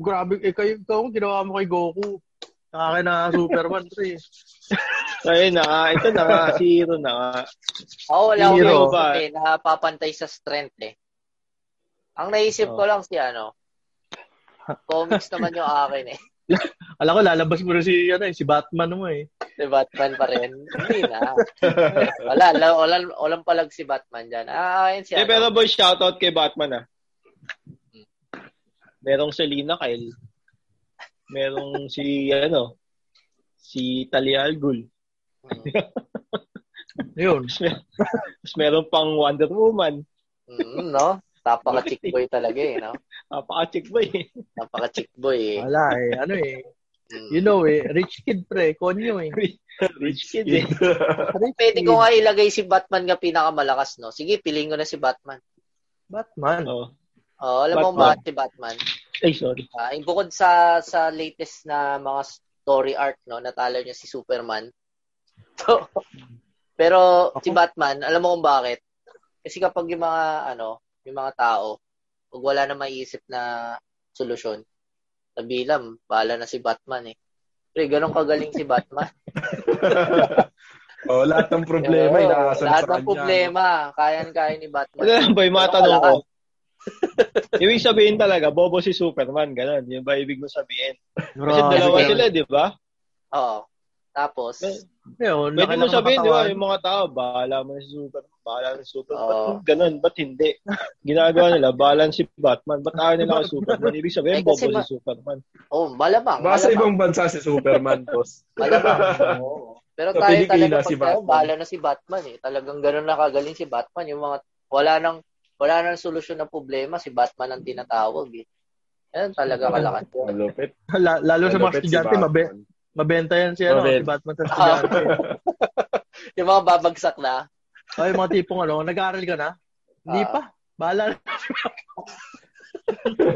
Grabe, eh, kayo, ikaw, ginawa mo kay Goku. Nakaka na Superman, pre.
So, ayun na nga. Ito na nga. Zero na nga.
Oo, wala
Hero.
akong ba? Eh, napapantay sa strength eh. Ang naisip
Oh.
ko lang si ano, comics naman yung akin eh.
Alam ko, lalabas mo rin si, ano, eh, si Batman mo eh.
Si Batman pa rin. Hindi na. Wala, wala, wala, walang palag si Batman dyan. Ah, ayun si
Eh,
ano.
pero boy, shoutout kay Batman, ah. Merong Selena Kyle. Merong si, ano, si Talia Al Ghul.
Mm,
Yun.
Tapos meron pang Wonder Woman.
Mm, no? Napaka-chick boy talaga eh, no?
Napaka-chick ba eh.
Napaka-chick boy eh.
Wala eh. Ano eh.
Mm.
You know eh. Rich kid, pre. Konyo eh.
Rich kid eh.
Rich
Pwede
kid.
ko nga ilagay si Batman nga pinakamalakas, no? Sige, piliin ko na si Batman.
Batman.
Oh.
Oh, alam mo
Batman.
ba si Batman?
Ay, sorry.
Ah, yung bukod sa sa latest na mga story arc no, natalo niya si Superman. So, pero si Batman, alam mo kung bakit? Kasi kapag yung mga ano, yung mga tao, pag wala na maiisip na solusyon, nabilam, bahala na si Batman eh. Pre, ganun kagaling si Batman.
oh, lahat ng problema ay
Oo,
nakasal sa
Lahat
kanya.
ng problema, kayan-kaya ni Batman.
Ano lang ba yung mga
Pero
tanong ko?
wala.
ibig sabihin talaga, bobo si Superman, ganun. Yun ba ibig mo sabihin? Kasi
Grabe.
dalawa sila, di ba?
Oo. Tapos,
Yun,
Pwede
laki
mo
lang ng
sabihin, di ba,
katawan.
yung mga tao, bahala mo na si Superman, bahala na si Superman.
Oo.
Ba't ganun? Ba't hindi? Ginagawa nila, bahala na si Batman. Ba't ayaw nila kay Superman? Ibig
Eh,
sabihin,
kasi
bobo
ba-
si Superman.
oh, malamang.
Baka sa
malamang.
ibang bansa si Superman, boss.
Malamang. oo. Pero
Sa
tayo
Pilipinas,
talaga
si
si tayo,
Batman.
bahala na si Batman eh. Talagang ganun na kagaling si Batman. Yung mga wala nang wala nang solusyon na problema, si Batman ang tinatawag eh. Yan talaga kalakas yun.
Malupit.
La- Lalo sa mga
Malupit si
estudyante, mabe
Batman.
mabenta yan si, ano,
Mabenta.
si Batman sa estudyante.
Ah. Yung mga babagsak na.
Ay, mga tipong ano, nag-aaral ka na? Hindi
Ah.
pa. Bahala na si Batman.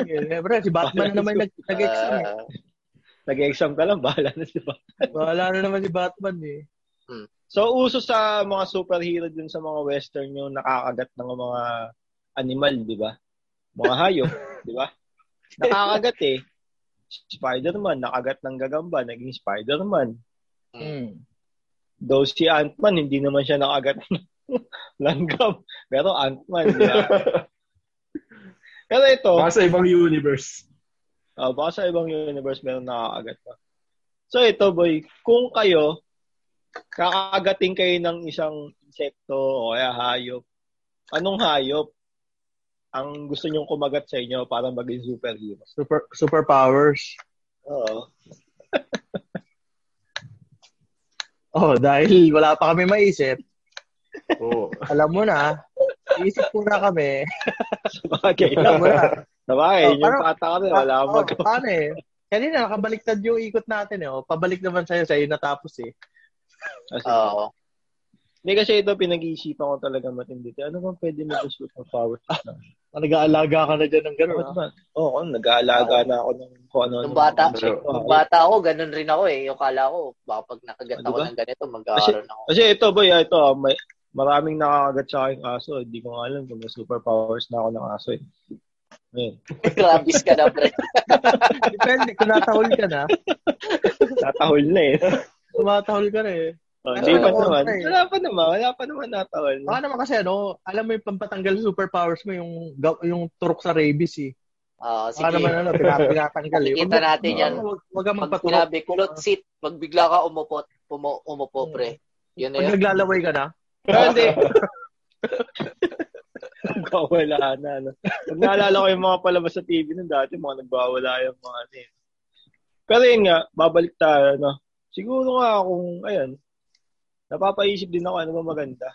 Okay, eh, pre, si Batman
Ah.
na naman nag- nag-exam. eh.
ah,
Nag-exam ka lang, bahala na si Batman.
Bahala na naman si Batman eh.
So, uso sa mga superhero dun sa mga western yung nakakagat ng mga animal, di ba? Mga hayop, di ba? Nakakagat eh. Spider-Man, nakagat ng gagamba, naging Spider-Man.
Hmm.
Though si Ant-Man, hindi naman siya nakagat ng langgam. Pero Ant-Man, di ba? Pero ito,
Baka sa ibang universe.
Ah, baka sa ibang universe meron nakakagat pa. So ito boy, kung kayo kakagating kayo ng isang insekto o kaya hayop, anong hayop ang gusto nyong kumagat sa inyo para maging superhero?
Super superpowers.
Oo.
Oh, dahil wala pa kami maisip,
Oo.
alam mo na, iisip ko na kami.
Sa bagay.
Alam mo na.
Sa bagay,
Oh,
yun yung
parang-
pata ka rin. Wala kang
Oh,
magawa.
paano eh? Kanina, nakabaliktad yung ikot natin eh. Oh. Pabalik naman sa'yo, sa'yo natapos eh.
Kasi-
ah, Oo.
Hindi kasi ito, pinag-iisipan ko talaga matindi. Ano bang pwede mag super powers?
Na nag-aalaga ka na dyan ng gano'n.
Bakit ba? Oo, nag-aalaga na ako ng kung ano.
Nung bata,
Pero,
Oo.
Nung bata ako, ganun rin ako eh. Yung kala ko, baka pag nakagat
Ah,
ako
diba?
ng ganito, magkakaroon ako.
Kasi ito, boy, ah, ito, ah, may, maraming nakakagat sa akin kaso. Hindi ko nga alam kung may superpowers na ako ng aso eh. Ayun.
Grabis ka na, pre.
Depende, kung natahol ka na,
Natahol na eh.
tumatahol ka na eh.
Oh, Hindi pa
Natahol
naman.
na eh.
Wala pa naman. Wala pa naman natahol.
Baka naman kasi ano, alam mo yung pampatanggal superpowers mo, yung, ga- yung turok sa rabies eh.
Oo, Ah,
Baka
sige.
naman ano, pina- pinatanggal eh.
Nakikita natin yan.
Huwag Ah. huwag kang
Pag
magpaturok.
sinabi, kulot sit, magbigla ka umupot, umu, umupo, pre. Yun na
Pag
yun.
naglalaway ka na,
Pero hindi. Nagwawala na. Ano. Pag naalala ko yung mga palabas sa TV nun dati, mga nagbawala yung mga ano. yun. Pero yun nga, babalik tayo. No? Siguro nga kung, ayan, napapaisip din ako ano ba maganda.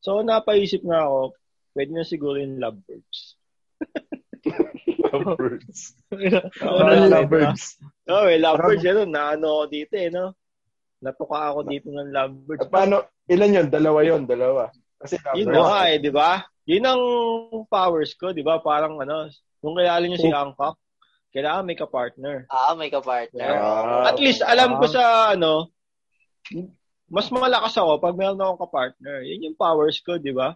So, napaisip nga ako, pwede na siguro yung lovebirds.
lovebirds.
Oo,
Ano,
yun,
lovebirds?
no? Oo, eh, lovebirds. Ano, naano ako dito eh, no? Natuka ako dito ng lovebirds.
At paano, ilan yun? Dalawa yun, dalawa. Kasi
Yun
lovebirds-
na nga eh, di ba? Yun ang powers ko, di ba? Parang ano, kung kilala niyo si Angkak, kailangan may ka-partner.
Ah, may ka-partner.
Ah,
At least alam ko sa ano, mas malakas ako pag meron akong ka-partner. Yun yung powers ko, di ba?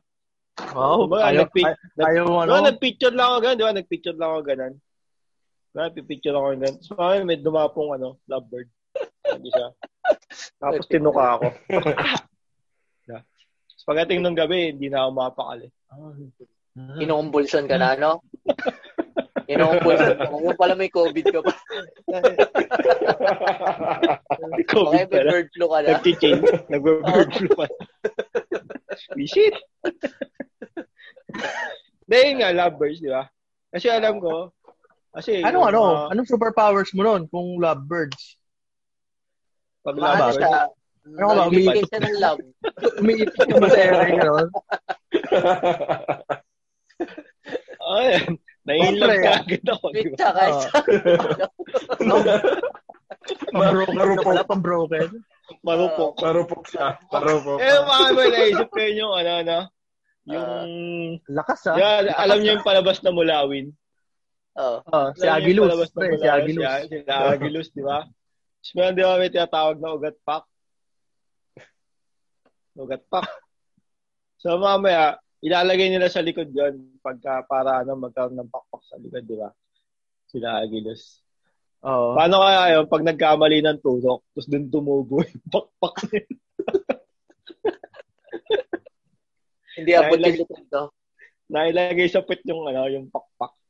Wow,
Kumbaga,
ayaw,
nagpi-
ay- ayaw mo,
Ano?
ano?
nagpicture lang ako ganun, di ba? Nagpicture lang ako ganun. Nagpipicture ako ganun. So, ayun, may dumapong ano, lovebird. Hindi siya. Tapos tinuka ako. Yeah. Tapos pagdating ng gabi, hindi na ako mapakali.
Inuumbulson ka na, no? Inuumbulson ka na. Yung pala may COVID ka pa.
COVID
Okay, may
pala.
bird flu ka na.
Nag-change. Nag-bird flu pa. Shit! Dahil nga, lovebirds, di ba? Kasi alam ko, kasi...
Ano,
yung
ano?
mga-
Anong superpowers mo nun kung lovebirds?
Pag
Paano
lovebirds,
siya?
Ano ka ba,
Nagbibigay siya ng love.
Umiipit ka ba sa ere, gano'n?
ayun, oh, nai-love
Siyempre,
ka agad ako, di
Wait,
ba?
tsaka isa.
Pambroken ka
Marupok.
pala, pambroken.
Marupok.
Marupok siya. Marupok.
Eh, mga ba, naisip ko yun yung, ano, ano, yung...
Lakas ah.
yan, alam niyo yung palabas na mulawin?
Oh.
Oh,
Alam niyo
si
yung
Agilus.
palabas na
pre, Si
mulawin,
Agilus.
si- Si Agilus, di ba? Tapos meron, di ba, may tinatawag na ugat pack. Ugat pack. So, mamaya, ilalagay nila sa likod yon pagka para ano, magkaroon ng pakpak sa likod, di ba? Sila Agilus.
Oo.
Paano kaya yun pag nagkamali ng tutok, tapos dun tumubo yung pakpak nila?
Hindi abot yung likod to.
Nailagay sa pit yung, ano, yung pakpak.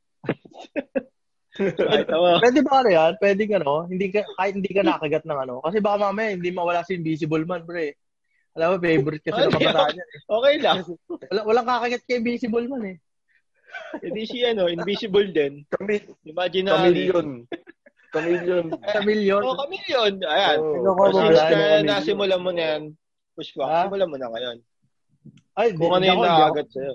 Ay, tama.
Pwede ba ano yan? Pwede ka, no? Hindi ka, kahit hindi ka nakagat ng ano. Kasi baka mamaya hindi mawala si Invisible Man, pre. Alam mo, favorite kasi ng
Ano yan?
kabataan yan. eh.
Okay lang.
Wala, walang kakagat kay Invisible Man, eh.
Hindi si ano, invisible din.
Kami,
Imaginary.
Chameleon. Chameleon.
Sa million.
Oh, chameleon. Ayan.
Oo.
Ano ko
Oh,
ba?
Since
Wala,
na
ano,
nasimulan mo na yan, push
Ha?
back. Simulan mo na ngayon.
Ay,
Kung ano
hindi
yung
ako- hindi ako-
nakagat sa'yo.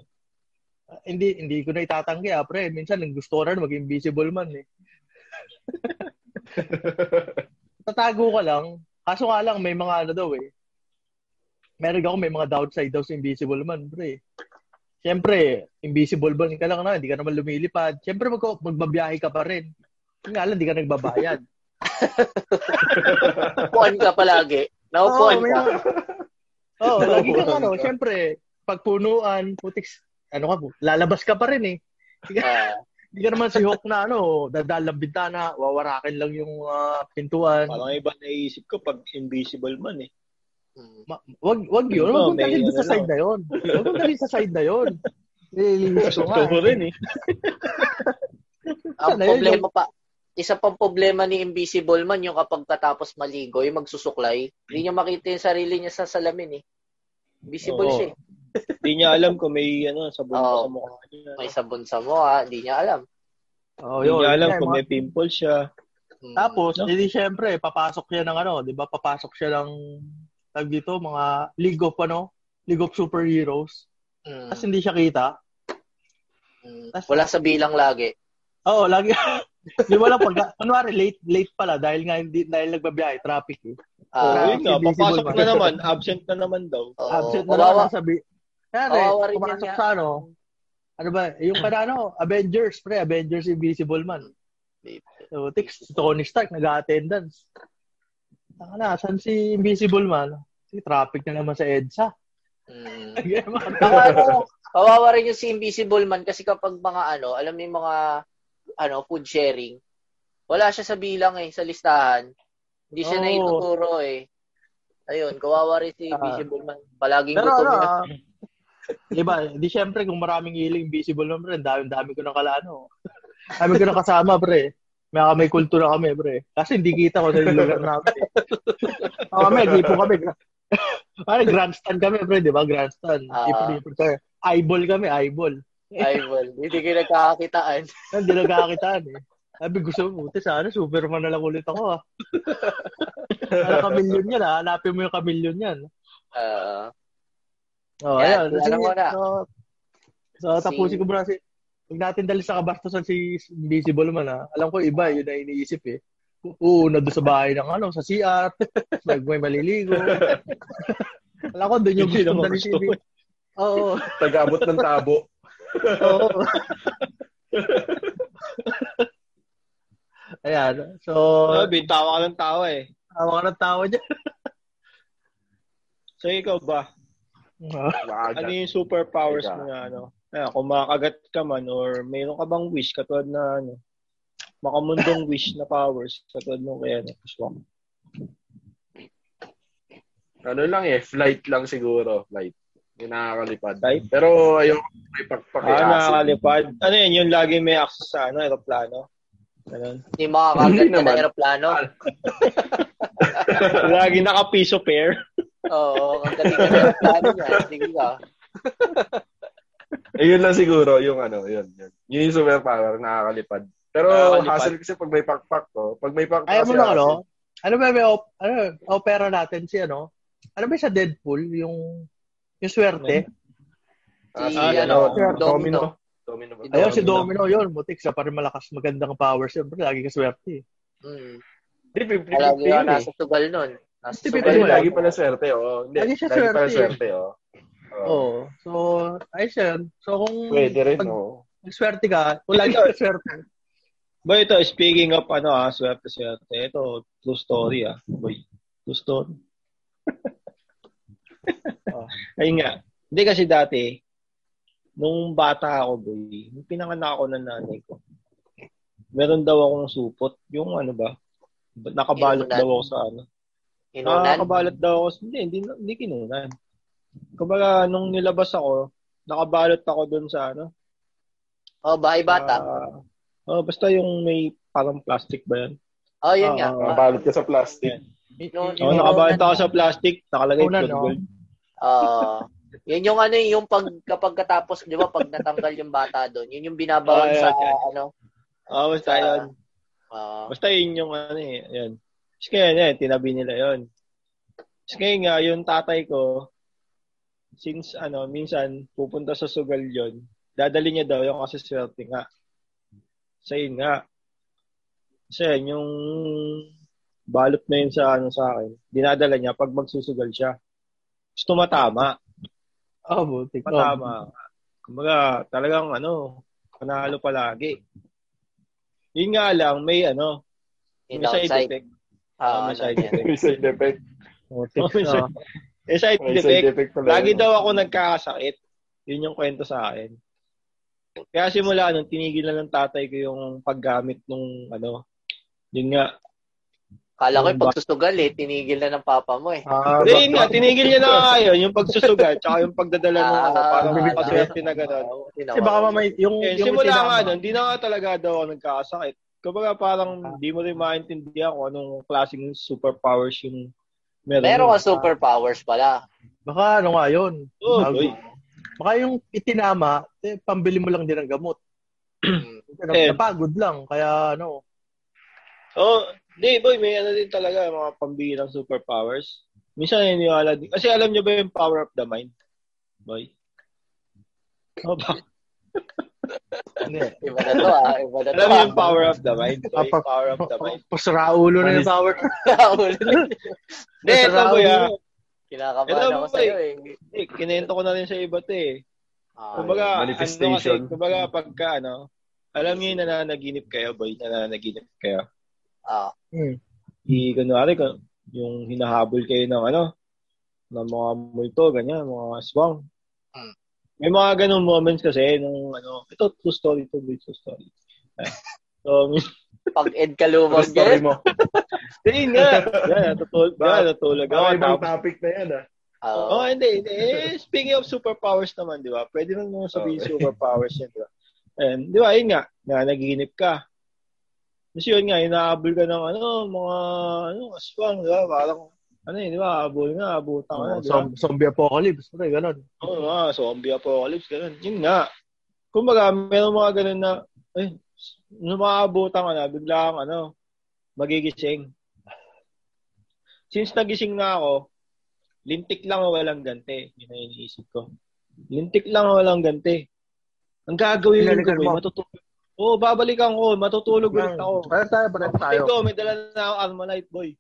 Hindi, hindi ko na itatanggi, ah, pre. Minsan, nang gusto ko na mag-Invisible Man, eh. Tatago ka lang. Kaso nga lang, may mga ano daw, eh. Meron ako, may mga downside daw sa Invisible Man, pre. Siyempre, Invisible Man ka lang na, hindi ka naman lumilipad. Siyempre, mag magbabiyahe ka pa rin. Yun Nga lang, hindi ka nagbabayad.
Upuan ka palagi. Naupuan
Oo, may
ka.
mga- Oo, lagi kang ano, siyempre, pagpunuan, putik, ano ka, lalabas ka pa rin eh.
Ah,
Hindi ka naman si Hawk na ano, dadal ng bintana, wawarakin lang yung ah, pintuan.
Parang iba naisip ko pag invisible man eh.
mm.
Ma- wag wag yun,
Ano,
wag mong
may
dalhin doon
ano
sa side na yun. Wag mong dalhin sa side na yun. Nililinis
Gusto
ko nga.
ko rin eh.
Ang
Sana yun,
problema pa, isa pang problema ni Invisible Man yung kapag katapos maligo, yung magsusuklay, hindi niya makita yung sarili niya sa salamin eh. Invisible
Oo.
siya eh.
Hindi niya alam kung may ano, sabon
Oo.
pa sa mukha niya.
May sabon sa mukha, hindi niya alam.
Oh,
Hindi niya alam
Yan,
kung
mga-
may pimple siya.
Mm.
Tapos,
No?
hindi syempre, papasok siya ng ano, di ba? Papasok siya ng, tag dito, mga League of, ano, League of Superheroes.
Mm.
Tapos hindi siya kita.
Mm. Wala sa bilang lagi.
Oo, lagi. Di wala pag, kunwari, late, late pala dahil nga, hindi, dahil nagbabiyahe, traffic eh.
Oo,
Ah,
Oh, yun nga,
Invisible
papasok
man.
na naman, absent na naman daw.
oo.
Absent na
Kawawa-
lang sabi. Kaya
kawawa
rin,
rin yan
pumasok
nga.
sa ano, Ano ba? Yung para ano, Avengers, pre. Avengers Invisible Man. So, tix, Tony Stark, nag-attendance. Taka na, saan si Invisible Man? Si traffic na naman sa EDSA.
Mm. Baka
Baka-
ano, kawawa rin yung si Invisible Man kasi kapag mga ano, alam mo yung mga ano, food sharing, wala siya sa bilang eh, sa listahan. Hindi siya
Oo.
naituturo eh. Ayun, kawawa rin si
Ah.
Invisible Man. Palaging
Pero
gutom
ano,
yan.
ah, iba, di syempre kung maraming hiling visible naman pre, dami-dami ko na kala ano. Dami ko na kasama pre. May may kultura kami pre. Kasi hindi kita ko sa yung lugar namin. eh. Oh, kami, tipo kami. Parang grandstand kami pre, di ba? Grandstand.
Ah.
Tipo-tipo tayo. Eyeball kami, eyeball.
Ay, well, hindi kayo nagkakakitaan.
Hindi nagkakakitaan eh. Sabi gusto mo, buti sana Superman na lang ulit ako ah. Ano kamilyon yan ah. Hanapin mo yung kamilyon yan.
Ah,
Oh,
Yan, ano
ayun. Sige,
muna?
So, so tapusin ko muna si... Huwag natin dali sa kabastusan si Invisible man, ha? Alam ko, iba, yun na iniisip, eh. Oo, na doon sa bahay ng ano, sa CR. May, may maliligo. Alam ko, doon
Yun
yung gusto eh.
ang
dali si
gusto ko.
Oo,
Tagabot ng tabo.
oo. Ayan. So,
Uh, bintawa ka ng tawa eh.
tawa ka ng tawa dyan.
So ikaw ba?
Maaga.
Ano yung superpowers mo
Ikaw.
na ano? Ah, kung makakagat ka man or mayroon ka bang wish katulad na ano? Makamundong wish na powers katulad nung kaya na gusto mo.
Ano lang eh, flight lang siguro. Flight. Yung nakakalipad.
Flight?
Pero ayun, may pagpakiasin.
Ah, nakakalipad. Ano yun? Yung lagi may access sa ano, aeroplano? Ganun.
hindi makakagat
Hindi
ka ng
naman.
aeroplano.
lagi naka-piso pair.
Oo, ang galing ka ng aeroplano niya. Sige ka.
Ayun Eh, lang siguro, yung ano, yun, yun. Yun yung superpower, nakakalipad. Pero
Nakakalipad.
hassle kasi pag may pakpak to. Pag may pakpak
Ayaw mo
kasi
na, ano?
hassle.
Ano ba, may op- ano, opera natin si, ano? Ano ba yung sa Deadpool? Yung, yung swerte?
Ah,
Si,
sige,
ano,
Domino.
Domino.
Domino ba?
Si
Ayun, si
Domino.
Domino yun. Butik siya, parang malakas, magandang powers yun. Pero lagi ka swerte. eh.
Mm.
Hindi, 50-50
Palagi ka
yun eh.
nasa tugal nun. Nasa
Hindi,
tugal
Pero
Ayun,
nun.
lagi pala swerte, oo. Hindi,
Lagi
lagi
siya
pala
swerte.
swerte, oh. oo. Oo.
Oo. So, ayos yun. So, kung
Pwede rin, oh.
pag,
oo.
pag swerte ka, kung lagi ka swerte,
Boy, ito, speaking of ano ah, swerte-swerte, ito, true story ah, boy. True story. Oh,
Ah.
Ayun nga. Hindi kasi dati, nung bata ako, boy, nung pinanganak ako ng nanay ko, meron daw akong supot. Yung ano ba, ba- nakabalot
Kinunan.
daw ako sa ano.
Ah,
Inunan.
Nakabalot daw ako. sa- Hindi, hindi, hindi kinunan. Kumbaga, nung nilabas ako, nakabalot ako dun sa ano,
Oh, bahay bata.
Ah, oh, basta yung may parang plastic ba yan?
Oh, yun
ah,
nga.
ah,
Nakabalot ka sa plastic.
Yun-
Oo,
yun-
nakabayad ako sa plastic, nakalagay
Unan,
flood
no?
gold.
Oo. Ah, yun yung ano yung pag kapag katapos, 'di ba, pag natanggal yung bata doon, yun yung binabawan
Ah,
sa
yeah, yeah.
ano.
Oo, basta
Sa- ah,
yun.
Oo.
Basta yun yung ano eh, yun. Tapos kaya yun, tinabi nila yun. Tapos kaya nga, yung tatay ko, since ano, minsan pupunta sa sugal yun, dadali niya daw yung kasi swerte nga. Sa yun nga. Kasi yun, yung balot na yun sa ano sa akin, dinadala niya pag magsusugal siya. Tapos tumatama.
oh, butik. Oh.
Matama. Kumbaga, talagang ano, panalo palagi. Yun nga lang, may ano,
Yung
may side
downside.
effect.
Oo,
may
ano
side
yan.
May side effect.
Butik.
Oh, minsan-
oh.
May side
May
effect.
side effect pala.
Lagi
yun.
daw ako nagkakasakit. Yun yung kwento sa akin. Kaya simula nun, tinigil na ng tatay ko yung paggamit nung ano, yun nga.
Kala ko yung pagsusugal eh, tinigil na ng papa mo eh.
Ah,
Hindi, yun nga, tinigil niya na nga yun, yung pagsusugat, tsaka yung pagdadala ng ano,
Ah,
parang
bibigyan.
kaswerte na gano'n.
Kasi baka mamay, yung,
Eh,
yung
simula
itinama-
nga doon, di na nga talaga daw ako nagkakasakit. Kumbaga parang di mo rin maintindihan kung anong klaseng superpowers yung meron.
Meron ka superpowers pala.
Baka ano nga yun.
Oo,
Bago.
Oh, boy.
Baka yung itinama, eh, pambili mo lang din ng gamot.
Eh.
Napagod lang. Kaya ano,
Oh, di boy, may ano din talaga mga pambihirang superpowers. Minsan naniniwala din. Kasi alam niyo ba yung power of the mind? Boy. Oh, ba-
hindi.
Iba na to ah. Iba na to
alam niyo
ah.
yung power of the mind? Boy,
Apa-
power of the mind.
Pasara ulo na yung tower.
Hindi, ito boy ah.
Kinakabahan
Ito,
ako
boy.
sa'yo eh.
Eh, Kinento ko na rin sa iba to eh.
Ah,
Kumbaga, Ano
Manifestation.
kasi, kumbaga, pagka ano, alam niyo yung nananaginip kayo, boy, nananaginip kayo.
ah,
I, kunwari, kun- yung hinahabol kayo ng ano, ng mga multo, ganyan, mga aswang.
Mm.
May mga ganung moments kasi nung ano, ito true story, ito true story. Ah. so,
pag Ed Kalumang
Gusto
yan.
rin mo.
yun nga. Yan, natutulog, yan, natutulog ako.
Baka ibang
Tapos-
topic na yan ah.
Oo,
Ah,
hindi, hindi. Eh, speaking of superpowers naman, di ba? Pwede lang naman sabihin
Okay.
superpowers yan, di ba? And, di ba, yun nga, na naginip ka. Tapos yun nga, inaabol ka ng ano, mga, ano, aswang, di ba? Parang, ano yun, di ba? Abol nga, abutan ka na, di ba?
Som- zombie apocalypse. Pre, ganun.
Oo, nga, zombie apocalypse, ganun. Yun nga. Kumbaga, meron mga ganun na, eh, nung maaabutan ka na, bigla kang, ano, magigising. Since nagising na ako, lintik lang o walang ganti. Yun ang iniisip ko. Lintik lang o walang ganti. Ang gagawin ko,
Binalikan
boy,
mo.
matutulog. Oo, babalikan ko, matutulog ulit ako.
Kaya tayo, balik tayo.
Kapatid ko, may dala na ako Armalite, boy.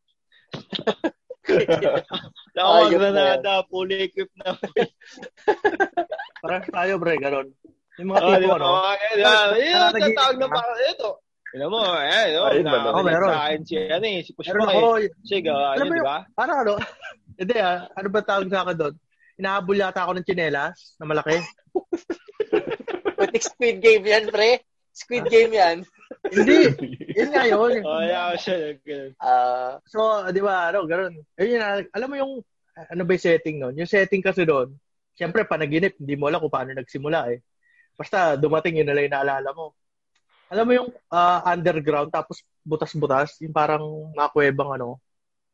Ayun
Tawag
na
na nada, fully equipped na.
Parang tayo, pre, ganun. Yung mga
Oh,
tipo,
di ba?
ano?
Oh, ayan, ayan, ayan,
Parang nagiging-
tatawag na pa ako ito. Ano mo, ayan, no,
Ayun,
na-
madali.
Oh, meron.
sa akin si, ano eh, si Pushpa
Meron ako,
eh. Siya, gawa
Alam
niya,
mo
di ba?
parang ano, hindi ah, ano ba tawag sa akin doon? Inahabol yata ako ng tsinelas na malaki.
Putik Squid Game yan, pre. Squid Game yan.
hindi, yun nga yun.
Oh, yeah, siya, ganun.
Ah,
So, di ba, ano, ganun. Ayun na, alam mo yung, ano ba yung setting nun? Yung setting kasi doon, siyempre, panaginip, hindi mo alam kung paano nagsimula eh. Basta, dumating yun na lang yung naalala mo. Alam mo yung ah, underground, tapos butas-butas, yung parang mga kuwebang ano,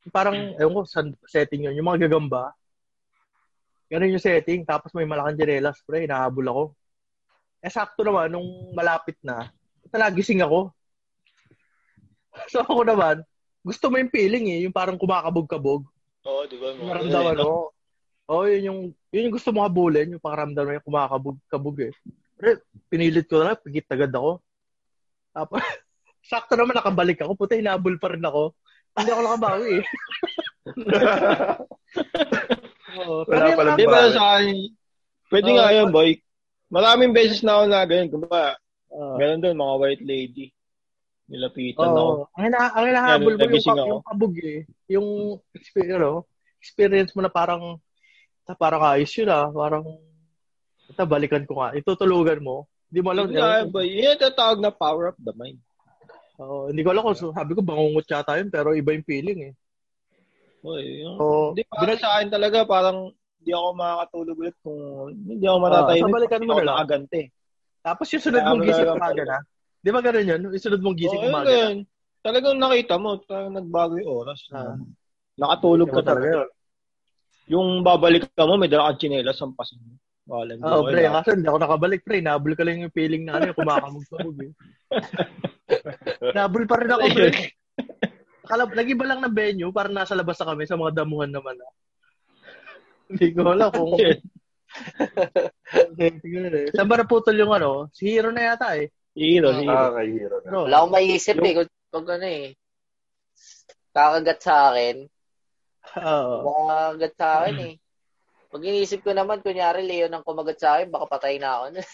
yung parang, ewan ko, saan setting yun, yung mga gagamba. Ganun yung setting, tapos may malaking janelas, pre, hinahabol ako. Eh, sakto naman, nung malapit na, talagising ako. so, ako naman, gusto mo yung feeling eh, yung parang kumakabog-kabog,
Oo, Oh, eh. di ba?
yung maramdaman mo. Oo, yun yung, yun yung gusto mo habulin, yung pakaramdam mo yung kumakabog-kabog eh. Pero pinilit ko na lang, pigit agad ako. Tapos, sakto naman nakabalik ako, puta hinabol pa rin ako. Hindi ako nakabawi eh. Oo, pero
Wala
yung
palang
ang-
Di ba
Bakit?
sa akin, pwede
Oh.
nga yun, boy. Maraming beses na ako na ganun. Kumbaga,
Ah,
ganun doon, mga white lady. Nilapitan ako.
Oo. Ang, hina, ang
Yan,
hinahabol mo yung,
Ano? nagising
kab-
ako.
yung kabog eh. Yung experience, you know, experience mo na parang, ta, parang ayos yun ah. Parang, ta, balikan ko nga. Itutulugan mo. Hindi mo alam.
Yun nga,
eh.
boy. Yun yung tatawag na power up the mind.
Oo, hindi ko alam kung so, sabi ko bangungot yata yun pero iba yung feeling eh.
Boy, yun.
So,
Hindi pa sa akin talaga parang hindi ako makakatulog ulit kung hindi ako
Ah,
matatahimik.
so balikan mo na lang.
Agante.
tapos yung sunod mong
Grabe
gising
talaga.
umaga na. Di ba ganun yun? Yung sunod mong gising
Oo, yun
umaga na.
ganun. Talagang nakita mo, talagang nagbago yung oras.
Ah.
Nakatulog
Iba
ka talaga.
yun.
Yung babalik ka mo, may dala kang chinelas ang pasin mo. Walang
Oo,
joke,
oh, pre,
wala.
kaso hindi ako nakabalik, pre. Nabul ka lang yung feeling na ano, yung kumakamog-kamog eh. Nabul pa rin ako, pre. Kalab, nag-iba lang ng venue, para nasa labas na kami sa mga damuhan naman. Ah. Hindi ko alam kung
Shit.
setting yun eh. Saan ba naputol yung ano? Si Hero na yata eh.
Hero,
Ah.
hero.
Ah, kay Hero na.
Bro,
wala akong maiisip eh. Kung, kung ano eh. Kakagat sa akin.
Oo.
Kumakagat sa akin eh. Pag iniisip ko naman, kunyari, Leon ang kumagat sa akin, baka patay na ako. nun.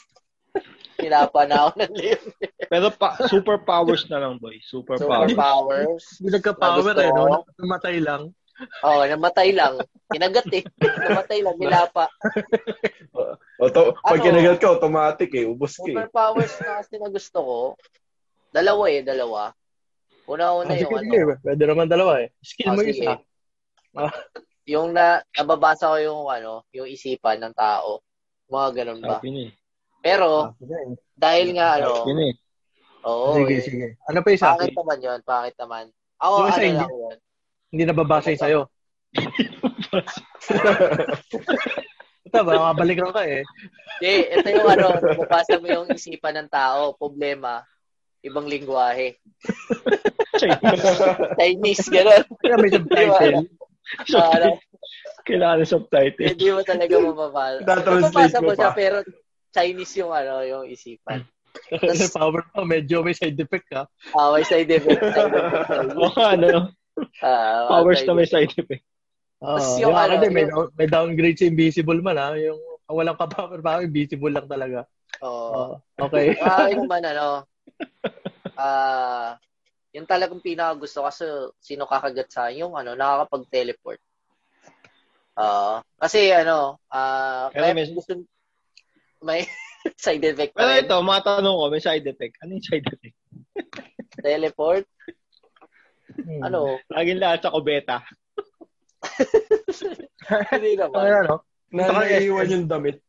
Tinapa na ako ng Leon.
Pero pa, superpowers na lang, boy. Superpowers.
Superpowers.
Hindi nagka-power eh,
Nagusto
no? Namatay lang.
Oo, oh, namatay lang. Kinagat eh. Namatay lang, nilapa.
Auto, Oh, pag
Ano?
kinagat ka, automatic eh. Ubus ka eh.
Superpowers na kasi na gusto ko. Dalawa eh, dalawa. Una-una
Ah,
yung
sige,
ano.
sige. Pwede naman dalawa eh. Skill
Ah,
mo eh. Ah.
sige.
isa.
Yung na, nababasa ko yung ano, yung isipan ng tao. Mga ganun ba?
Sabi niya. eh.
Pero, dahil nga ano,
Sabi niya. eh.
oo,
Ah, sige,
eh,
sige. Ano pa isa?
pangit naman yun, pangit naman. Ako,
Yung isa
ano
hindi.
lang yun.
Hindi nababasa yung sa'yo. Ito ba, makabalik lang ka eh.
Hindi, ito yung ano, nababasa mo yung isipan ng tao, problema, ibang lingwahe. Chinese, gano'n.
Kaya may subtitle.
Ah, ano,
Kailangan ng subtitle.
hindi mo talaga mababasa.
Tatranslate
Mababasa
mo
mo siya,
pa.
pero Chinese yung ano, yung isipan.
Kasi power pa, medyo may side effect ka.
Ah, may side effect. side effect.
Oo, ano.
Ah,
Powers
side
na may side effect.
Oo,
Tapos
yung
yung
ano,
ano,
din, may,
yung-
may downgrade sa invisible man ha. Yung Ang walang kapower power, invisible lang talaga.
Oo.
Oo. okay.
Ah, yun naman, ano. Ah, yun talagang pinakagusto kasi sino kakagat sa yung ano, nakakapag-teleport. Ah, kasi ano, ah,
Pero
kaya
may-
gusto may side effect
Pero
pa rin.
ito, mga tanong ko, may side effect. Ano yung side effect?
Teleport,
Hmm.
ano,
Laging lahat sa kubeta.
hindi
Ano,
naman.
ano?
Na, naiiwan yung damit.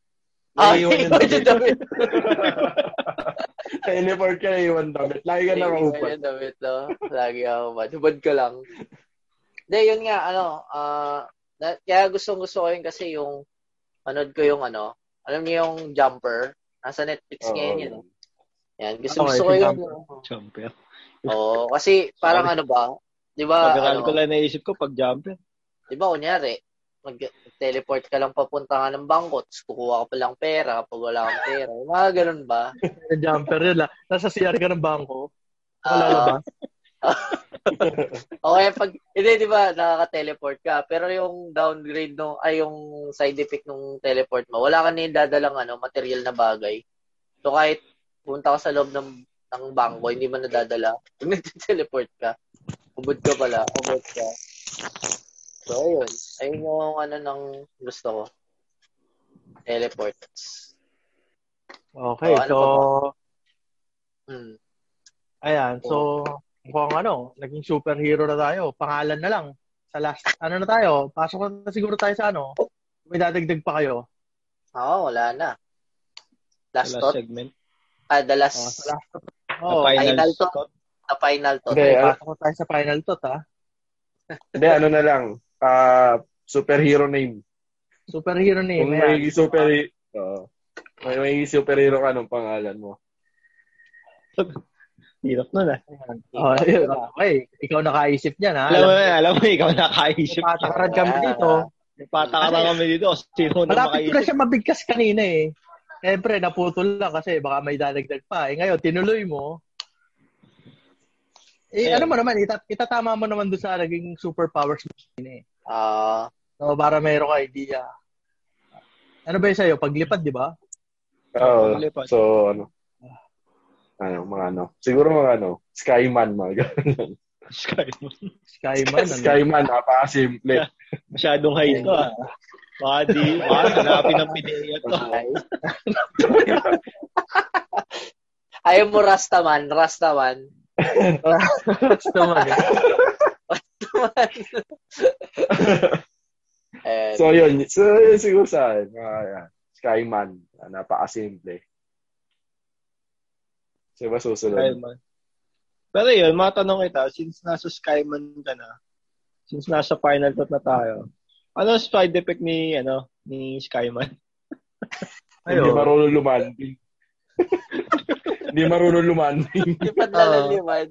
Ah,
Naiiwan yung
iwan yung
damit.
damit.
Teleport ka, naiiwan damit. Lagi ka
Iwan
nakaupat.
yung damit, no? Lagi ako ba? Tubad ka lang. Hindi, yun nga, ano, ah, na, kaya gustong gusto ko yun kasi yung, manood ko yung ano, alam niyo yung Jumper, nasa Netflix
Oo.
ngayon yun. Yan, gusto,
Ako,
gusto
eh,
ko
si
yun.
Jumper.
Jumper.
Oo, kasi parang ano ba, di ba,
Pagkakaan ko
ano,
lang naisip ko pag jumper.
di ba, kunyari, mag-teleport ka lang papunta ka ng bangko, tapos kukuha ka palang pera kapag wala kang pera. Yung Mga ganun ba?
Yung Jumper yun lang. Nasa CR ka ng bangko.
Ah,
Wala ba?
Okay, pag, hindi, di ba, nakaka-teleport ka, pero yung downgrade nung, ay, yung side effect nung teleport mo, wala ka na yung dadalang, ano, material na bagay. So, kahit punta ka sa loob ng, ng bangko, hindi mo nadadala. Pag nag-teleport ka, ubod ka pala, ubod ka. So, ayun. Ayun yung, ano, ng gusto ko. Teleport.
Okay,
Oh, ano
so...
pa Hmm.
Ayan, so... Mukhang ano, naging superhero na tayo. Pangalan na lang. Sa last, ano na tayo? Pasok na siguro tayo sa ano? May dadagdag pa kayo.
Oo, wala na. Last
Last
thought?
segment.
Ah, the last,
Oh, sa last.
Oh,
Oh,
final
final thought.
thought.
the final thought.
Hindi, ah,
pasok na tayo sa final to, ha?
hindi, ano na lang. Ah, superhero name.
Superhero name.
Kung
ayan.
may super... Oo. may, may superhero ka, anong pangalan mo?
Hirap nun ah.
Ayan. Oh, yun. Okay, ikaw nakaisip niyan, ha?
Alam mo na, alam mo, ikaw nakaisip.
Patakaran kami dito.
Patakaran kami dito. Sino na
Malapit ko na
makaisip?
siya mabigkas kanina eh. Siyempre, naputol lang kasi baka may dadagdag pa. Eh ngayon, tinuloy mo. Eh,
Ayun.
ano mo naman, ita- itatama mo naman doon sa naging superpowers mo kanina eh.
Ah,
So, para mayroon ka idea. Ano ba yun sa'yo? Paglipad, di ba?
Oo.
Paglipat.
Oh, so, ano? Ano, mga ano? Siguro mga ano? Skyman, mga ganun.
Sky mo.
Skyman. ano?
Skyman, napakasimple.
Masyadong high to ah. Baka di, baka hanapin ang pideya to.
ayaw mo Rastaman, Rastaman.
Skyman. eh.
And,
So, yun. So, yun siguro sa akin. Mga yan. Skyman. Ah, Napakasimple. Sino ba susunod?
Skyman. Pero yun, matanong kita, since nasa Skyman ka na, since nasa final thought na tayo, ano ang side effect ni, ano, ni Skyman?
Hindi
Ayun.
marunong lumanding. Hindi marunong lumanding.
lipad na lang lipad.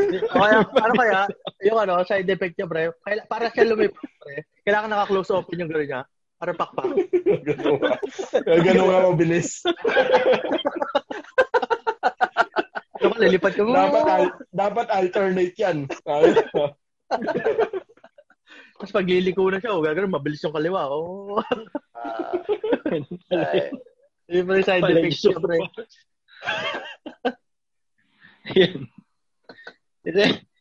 O kaya, ano kaya, yung ano, side effect niya, pre, kaila- para siya lumipad, pre, kailangan naka-close open yung gano'n niya, para pakpak.
Ganun nga. Ganun nga mabilis.
Yung ka, lilipad ka mo.
Dapat, al- dapat alternate yan.
Tapos pagliliko na siya, oh, gagawin, mabilis yung kaliwa. Oh.
Ah,
Pala-
ay,
Yung pala yung side
pala
effect niya, pre.
Yun. Ito,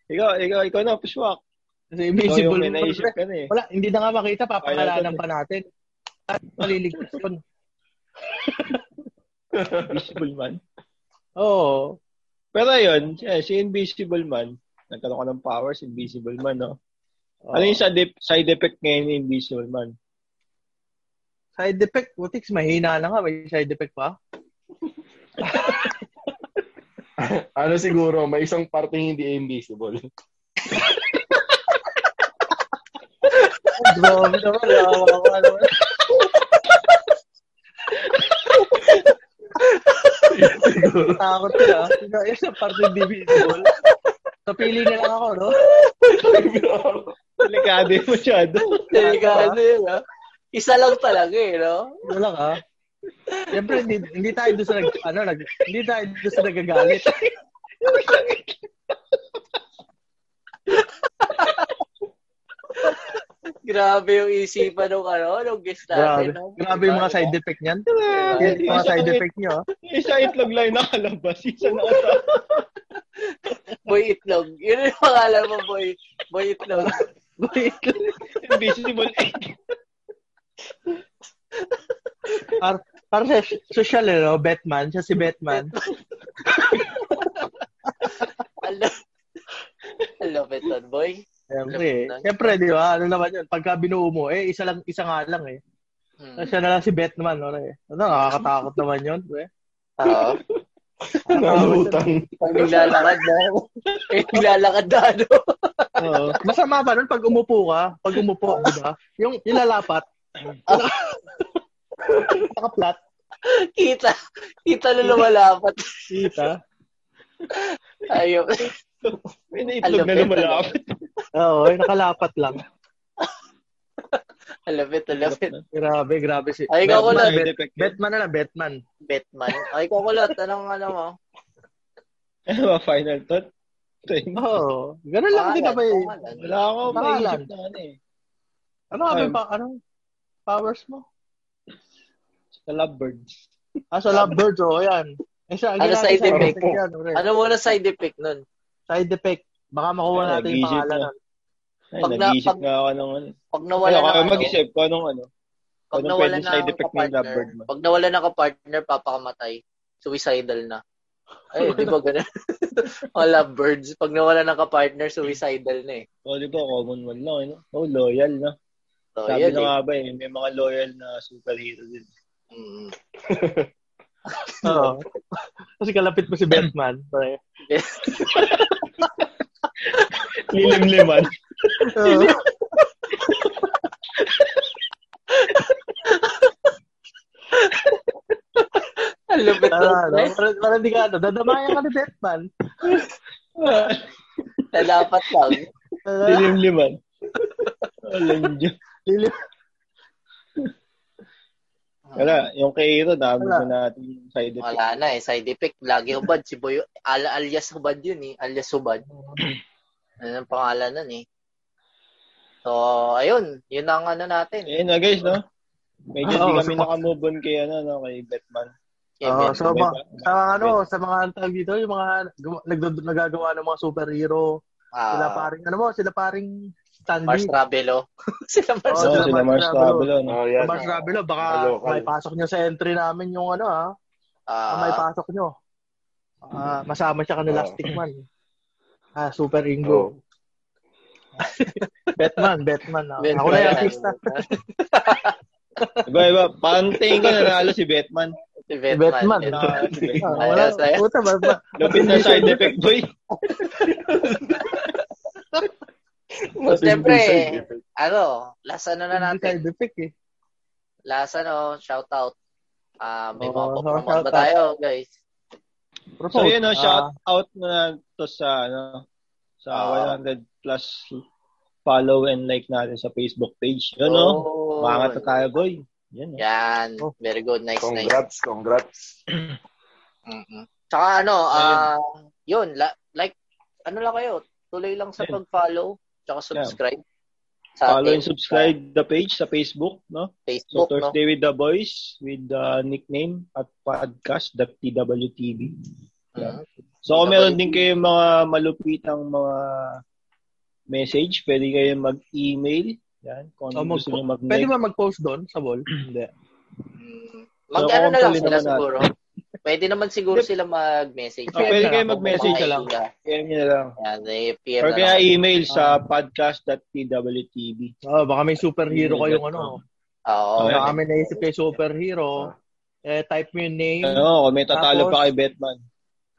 ikaw, ikaw, ikaw na, pushwak.
Kasi
Ikaw
invisible
yung may
yun,
naisip
pre.
ka na eh.
Wala, hindi na nga makita, papangalanan pa natin. At maliligtas yun.
Invisible man.
Oo.
Pero yun, si- si Invisible Man, nagkaroon ka ng powers, Invisible Man, no?
Oh.
Ano yung side, ep- side effect ngayon ni Invisible Man?
Side effect, putix, mahina na nga, may side effect pa.
ano siguro, may isang parting hindi invisible.
Grabe naman, nakakawa naman.
siguro.
Takot ko na. Yung sa part ng invisible. Napili na lang ako, no?
Delikado yung masyado.
delikado yun, ah. Isa lang talaga eh, no?
Wala ka. Siyempre, hindi, hindi tayo doon sa nag, ano, nag, hindi tayo doon sa nagagalit.
Grabe yung isipan ng ano, nung guest natin.
Grabe.
no?
Grabe yung mga
Diba?
side effect niyan.
Grabe.
Yan, yung mga
Isa-
side effect niyo. ah.
Isa itlog lang yung nakalabas. Isa na ata.
Boy Itlog. Yun yung pangalan mo, Boy. Boy Itlog. Boy Itlog.
Invisible egg.
Par- Para sa social, eh, no? Batman. Siya si Batman.
Alam. Alam mo ito, Boy.
Siyempre, eh. Siyempre, di ba? Ano naman yun? Pagka binuo mo, eh, isa lang, isa nga lang, eh.
Hmm.
Tapos siya na lang si Batman, no? Eh. Ano, nakakatakot naman yun, eh. pre.
Oo.
Nalutang.
Pag Ah, naglalakad na ako. Eh, naglalakad na ano.
Oo. Masama pa nun pag umupo ka, pag umupo, di ba? Yung ilalapat,
Ah.
nakaplat,
Kita. Kita na lumalapat.
kita.
Ayun.
May naitlog na lumalapit.
Oo, eh, nakalapat lang.
Alamit, alamit.
Grabe, grabe si...
Ay, ikaw ko
Batman,
lang.
Bet- Batman na lang, Batman.
Batman. Ay, kukulot. Anong ano mo?
Ano ba, final thought? Time.
Oo, ganun
Ah,
lang din naman eh.
Pangalan,
Wala ako
Pangalan.
maisip na ano eh.
Ano ka ba, ano? Powers mo?
Sa lovebirds.
Ah, sa lovebirds, oo, yan. Eh, siya,
Ano,
ginagawa
side
sa
effect?
atin yan, pre.
pangalan. Ano muna side effect nun?
Side effect. Baka makuha
Ah,
natin yung
nag-isip
pangalan.
na.
nun.
Ay,
Pag na-
nag-iisip
pag-
nga ako ng ano.
Pag
Wala
nawala
ka
ng ano,
mag-isip ko anong ano.
pag
Anong
nawala na
pwedeng side effect ng
kapartner,
lovebird mo?
pag nawala na kapartner, papakamatay. Suicidal na. Ay, di ba ganun? Mga lovebirds, pag nawala na kapartner, suicidal na eh.
O, di ba, common one lang, ano? Oh, loyal, no?
Oh,
So,
Sabi
yun
na
eh.
nga ba eh, may mga loyal na superhero din.
Mm.
Oo. Kasi kalapit mo si Batman, pre.
Lilimliman.
Oo.
Ang lupit
Tara,
Ah,
nun,
no?
eh.
Parang, parang di ka, ano, dadamayan ka ni Batman.
Na dapat lang.
Tara.
Lilimliman. Alam niyo.
Lili-
Wala, yung kay Aaron, dami
Wala.
na natin yung side effect.
Wala na eh. Side effect. Lagi hubad. Si Boy, ala, alias hubad yun eh. Alias hubad. Ano ang pangalan nun eh. So, ayun. Yun ang ano natin.
Ayun na guys, no? Medyo hindi
Ah, oo,
kami
so-
nakamove on kay, ano, no, kay Batman. Diba?
Oo,
Kevin.
so,
Batman.
ma- sa mga ano, sa mga tawag dito, yung mga gum- nagdo- nagagawa ng mga superhero, sila
Ah,
paring, ano mo, sila paring
Mars
Stanley.
Travelo. sila Mars
Oo,
Oo, sila,
sila
Travelo.
sila
Mars
Mars Travelo,
Hmm.
no?
Oh, yan.
Mars Ravelo, baka
Mga local.
may pasok nyo sa entry namin yung ano, ah, Ah, may
Ah,
pasok nyo. Ah, masama siya kanila
Oo.
Elastic Man. Ah, Super
Oh.
Ingo. Batman, Batman. ah.
Batman.
Ako na yung artista.
Diba, diba? Panting ko, nanalo si Batman.
si Ano,
Batman.
Batman.
Nanalo si
Ah,
Batman.
wala,
Ayos, ayos.
puta, ba, ba,
Lapit na side effect, boy.
Siyempre, ano, last ano na
hindi
natin.
side effect eh.
Last ano, shout out. Ah, may
Oo,
mga
so,
papromote ba
shoutout.
tayo, guys?
Propose.
So, yun,
uh,
no,
Ah,
shout out na to sa, ano, sa
Ah.
100 plus follow and like natin sa Facebook page. Yun, no?
Oh,
Makangat na tayo, boy. Yan, no?
Yan.
Oh.
Very good. Nice, nice.
Congrats, congrats.
Mm-hmm.
mm Tsaka ano, ah, yun, la- like, ano lang kayo, tuloy lang sa
Ayun.
pag-follow, tsaka subscribe. Sa
Follow
ating
and subscribe the page sa Facebook, no? So,
Facebook, no?
Thursday with the Boys with the nickname at podcast.twtv.
Mhm.
So, kung meron din kayong mga malupitang mga message, pwede kayong mag-email. Yan, kung
Oh,
ano
mag-
gusto nyo mag
Pwede ba mag-post doon sa wall? Hindi.
Mag,
So,
ano na lang
kontrolin
sila
naman natin.
siguro. Pwede naman siguro sila mag-message.
Oh, pwede kayo mag-message
Mga
ka lang.
idea.
PM nyo na lang.
Yan, eh, PM
Or
na
kaya
lang.
email sa podcast.twtv.
Oh, baka may superhero kayong ano.
Oo.
Oh,
Baka
yan.
may naisip kayo superhero. Eh, type mo yung name.
Ano, kung may tatalo
Tapos-
pa kay Batman.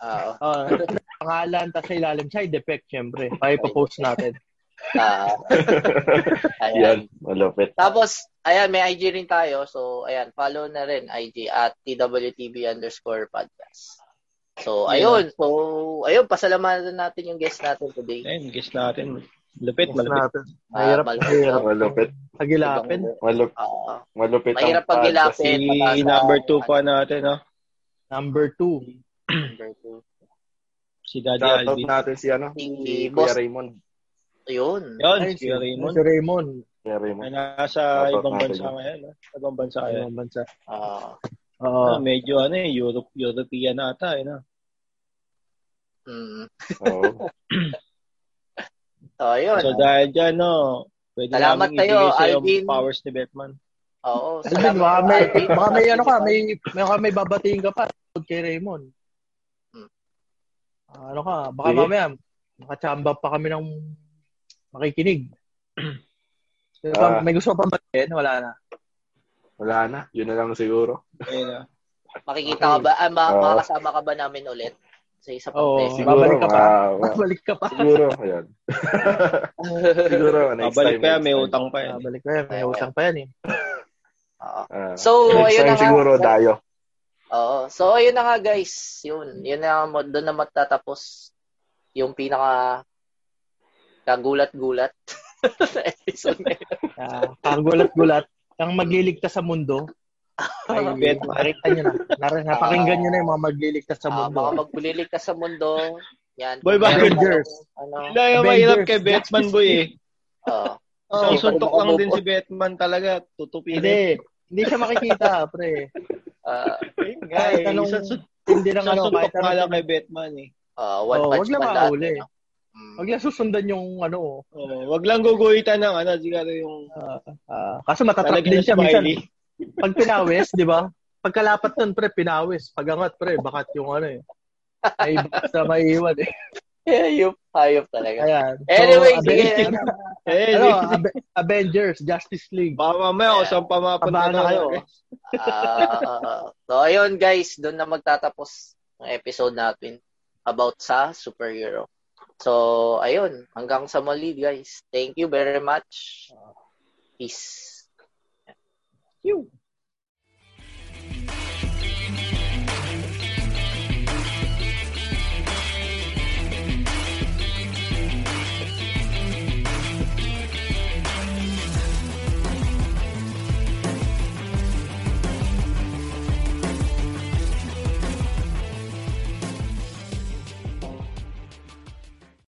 Oo.
ah, pangalan, tapos sa ilalim side effect, syempre. Ay, post natin.
Ah. ayan.
Yan, malupit.
Tapos, ayan, may IG rin tayo. So, ayan, follow na rin IG at TWTB underscore podcast. So, ayun. So, ayun, pasalamatan natin yung guest natin today.
Ayun, guess natin. Malupit, malupit.
natin.
Ah,
Mahirap,
malupit.
mahirap.
Malupit.
Pagilapin.
Malup,
Ah,
malupit ang
Mahirap pag
podcast.
ilapit.
Si number 2 pa natin, no?
Number two.
number two.
Si Daddy
Shoutout
Alvin.
natin si ano,
Si
si
Boss.
Kuya Raymond.
Ayun.
Yun,
Ay,
si Raymond.
Si Raymond.
Nangyari mo.
Ay, nasa
Dapat
ibang bansa
natin.
ngayon. ah. Ibang bansa ngayon.
Ibang bansa.
Ah,
Oh.
Oo.
Ah, medyo ano eh, Europe, European na ata eh. No?
mm.
Oo.
So, ayun.
So dahil dyan, no, pwede
Salamat
namin ibigay
tayo,
sa'yo
Alvin.
ang powers ni Batman.
Oo.
Alvin,
salamat,
baka may,
Alvin.
baka may ano ka, may, may, baka may babatiin ka pa tungkol kay Raymond.
Hmm.
Ah, Ano ka, baka
Sige.
mamaya, makachamba pa kami ng makikinig. Sino pa-
Ah.
may gusto pa ba Ben? Wala na.
Wala na. Yun na lang siguro.
Ayun ah.
Makikita ka ba? Ah, ma-
Oo.
makakasama ka ba namin ulit? Sa isa pang
Oo.
session?
Siguro.
Babalik ka pa?
ma- ma-
Balik ka pa.
siguro. Ayan. Siguro. Next
Babalik
time.
pa yan,
next
may
time.
utang pa eh. yan.
Babalik ka Ah, yan. May utang pa yan eh.
Oo.
Ah.
So,
next
ayun na
time
nga.
siguro, dayo.
Oo. So, ayun na nga guys. Yun. Yun na nga. Doon na magtatapos yung pinaka kagulat-gulat na episode na yun.
Ah, ang gulat-gulat. Ang magliligtas sa mundo. Ay,
Batman.
nakita nyo na. Nar- Napakinggan nyo na yung mga magliligtas sa
Ah,
mundo.
mga magbuliligtas sa mundo. Yan.
Boy, bakit?
Meron tayong, Ano? Ah,
Wala yung mahirap kay Batman boy eh.
Oo.
Isang
Oo,
suntok
pwede
lang din
makabubo.
si Batman talaga. Tutupin eh.
Hindi. Hindi siya makikita, pre.
Ah,
Ayun nga
Kahit
eh.
anong
Isang sun-
hindi lang
isang
ano, kahit
suntok nga lang
anong...
kay Batman eh.
ah, one
Oo,
punch
wag lang
man lahat,
makahuli.
ano? Mm.
Huwag lang susundan yung ano.
Oh, wag lang guguhitan ng ano, siguro yung
ah, ah, kaso matatrap
talaga
din
na
siya minsan.
smiley.
Pag pinawis, di ba? Pagkalapat nun, pre, pinawis. Pagangat, pre, bakat yung ano eh. May bakas na maiiwan eh.
Hayop, hayop talaga.
Ayan. So,
Anyway, sige.
Avengers,
Eh,
ano,
ano,
Abe- Avengers, Justice League.
baka mamaya ako saan pa mapunta eh.
Tabahan na kayo.
Ah, so, ayun guys, doon na magtatapos ang episode natin about sa superhero. So, ayun. Hanggang sa muli, guys. Thank you very much. Peace.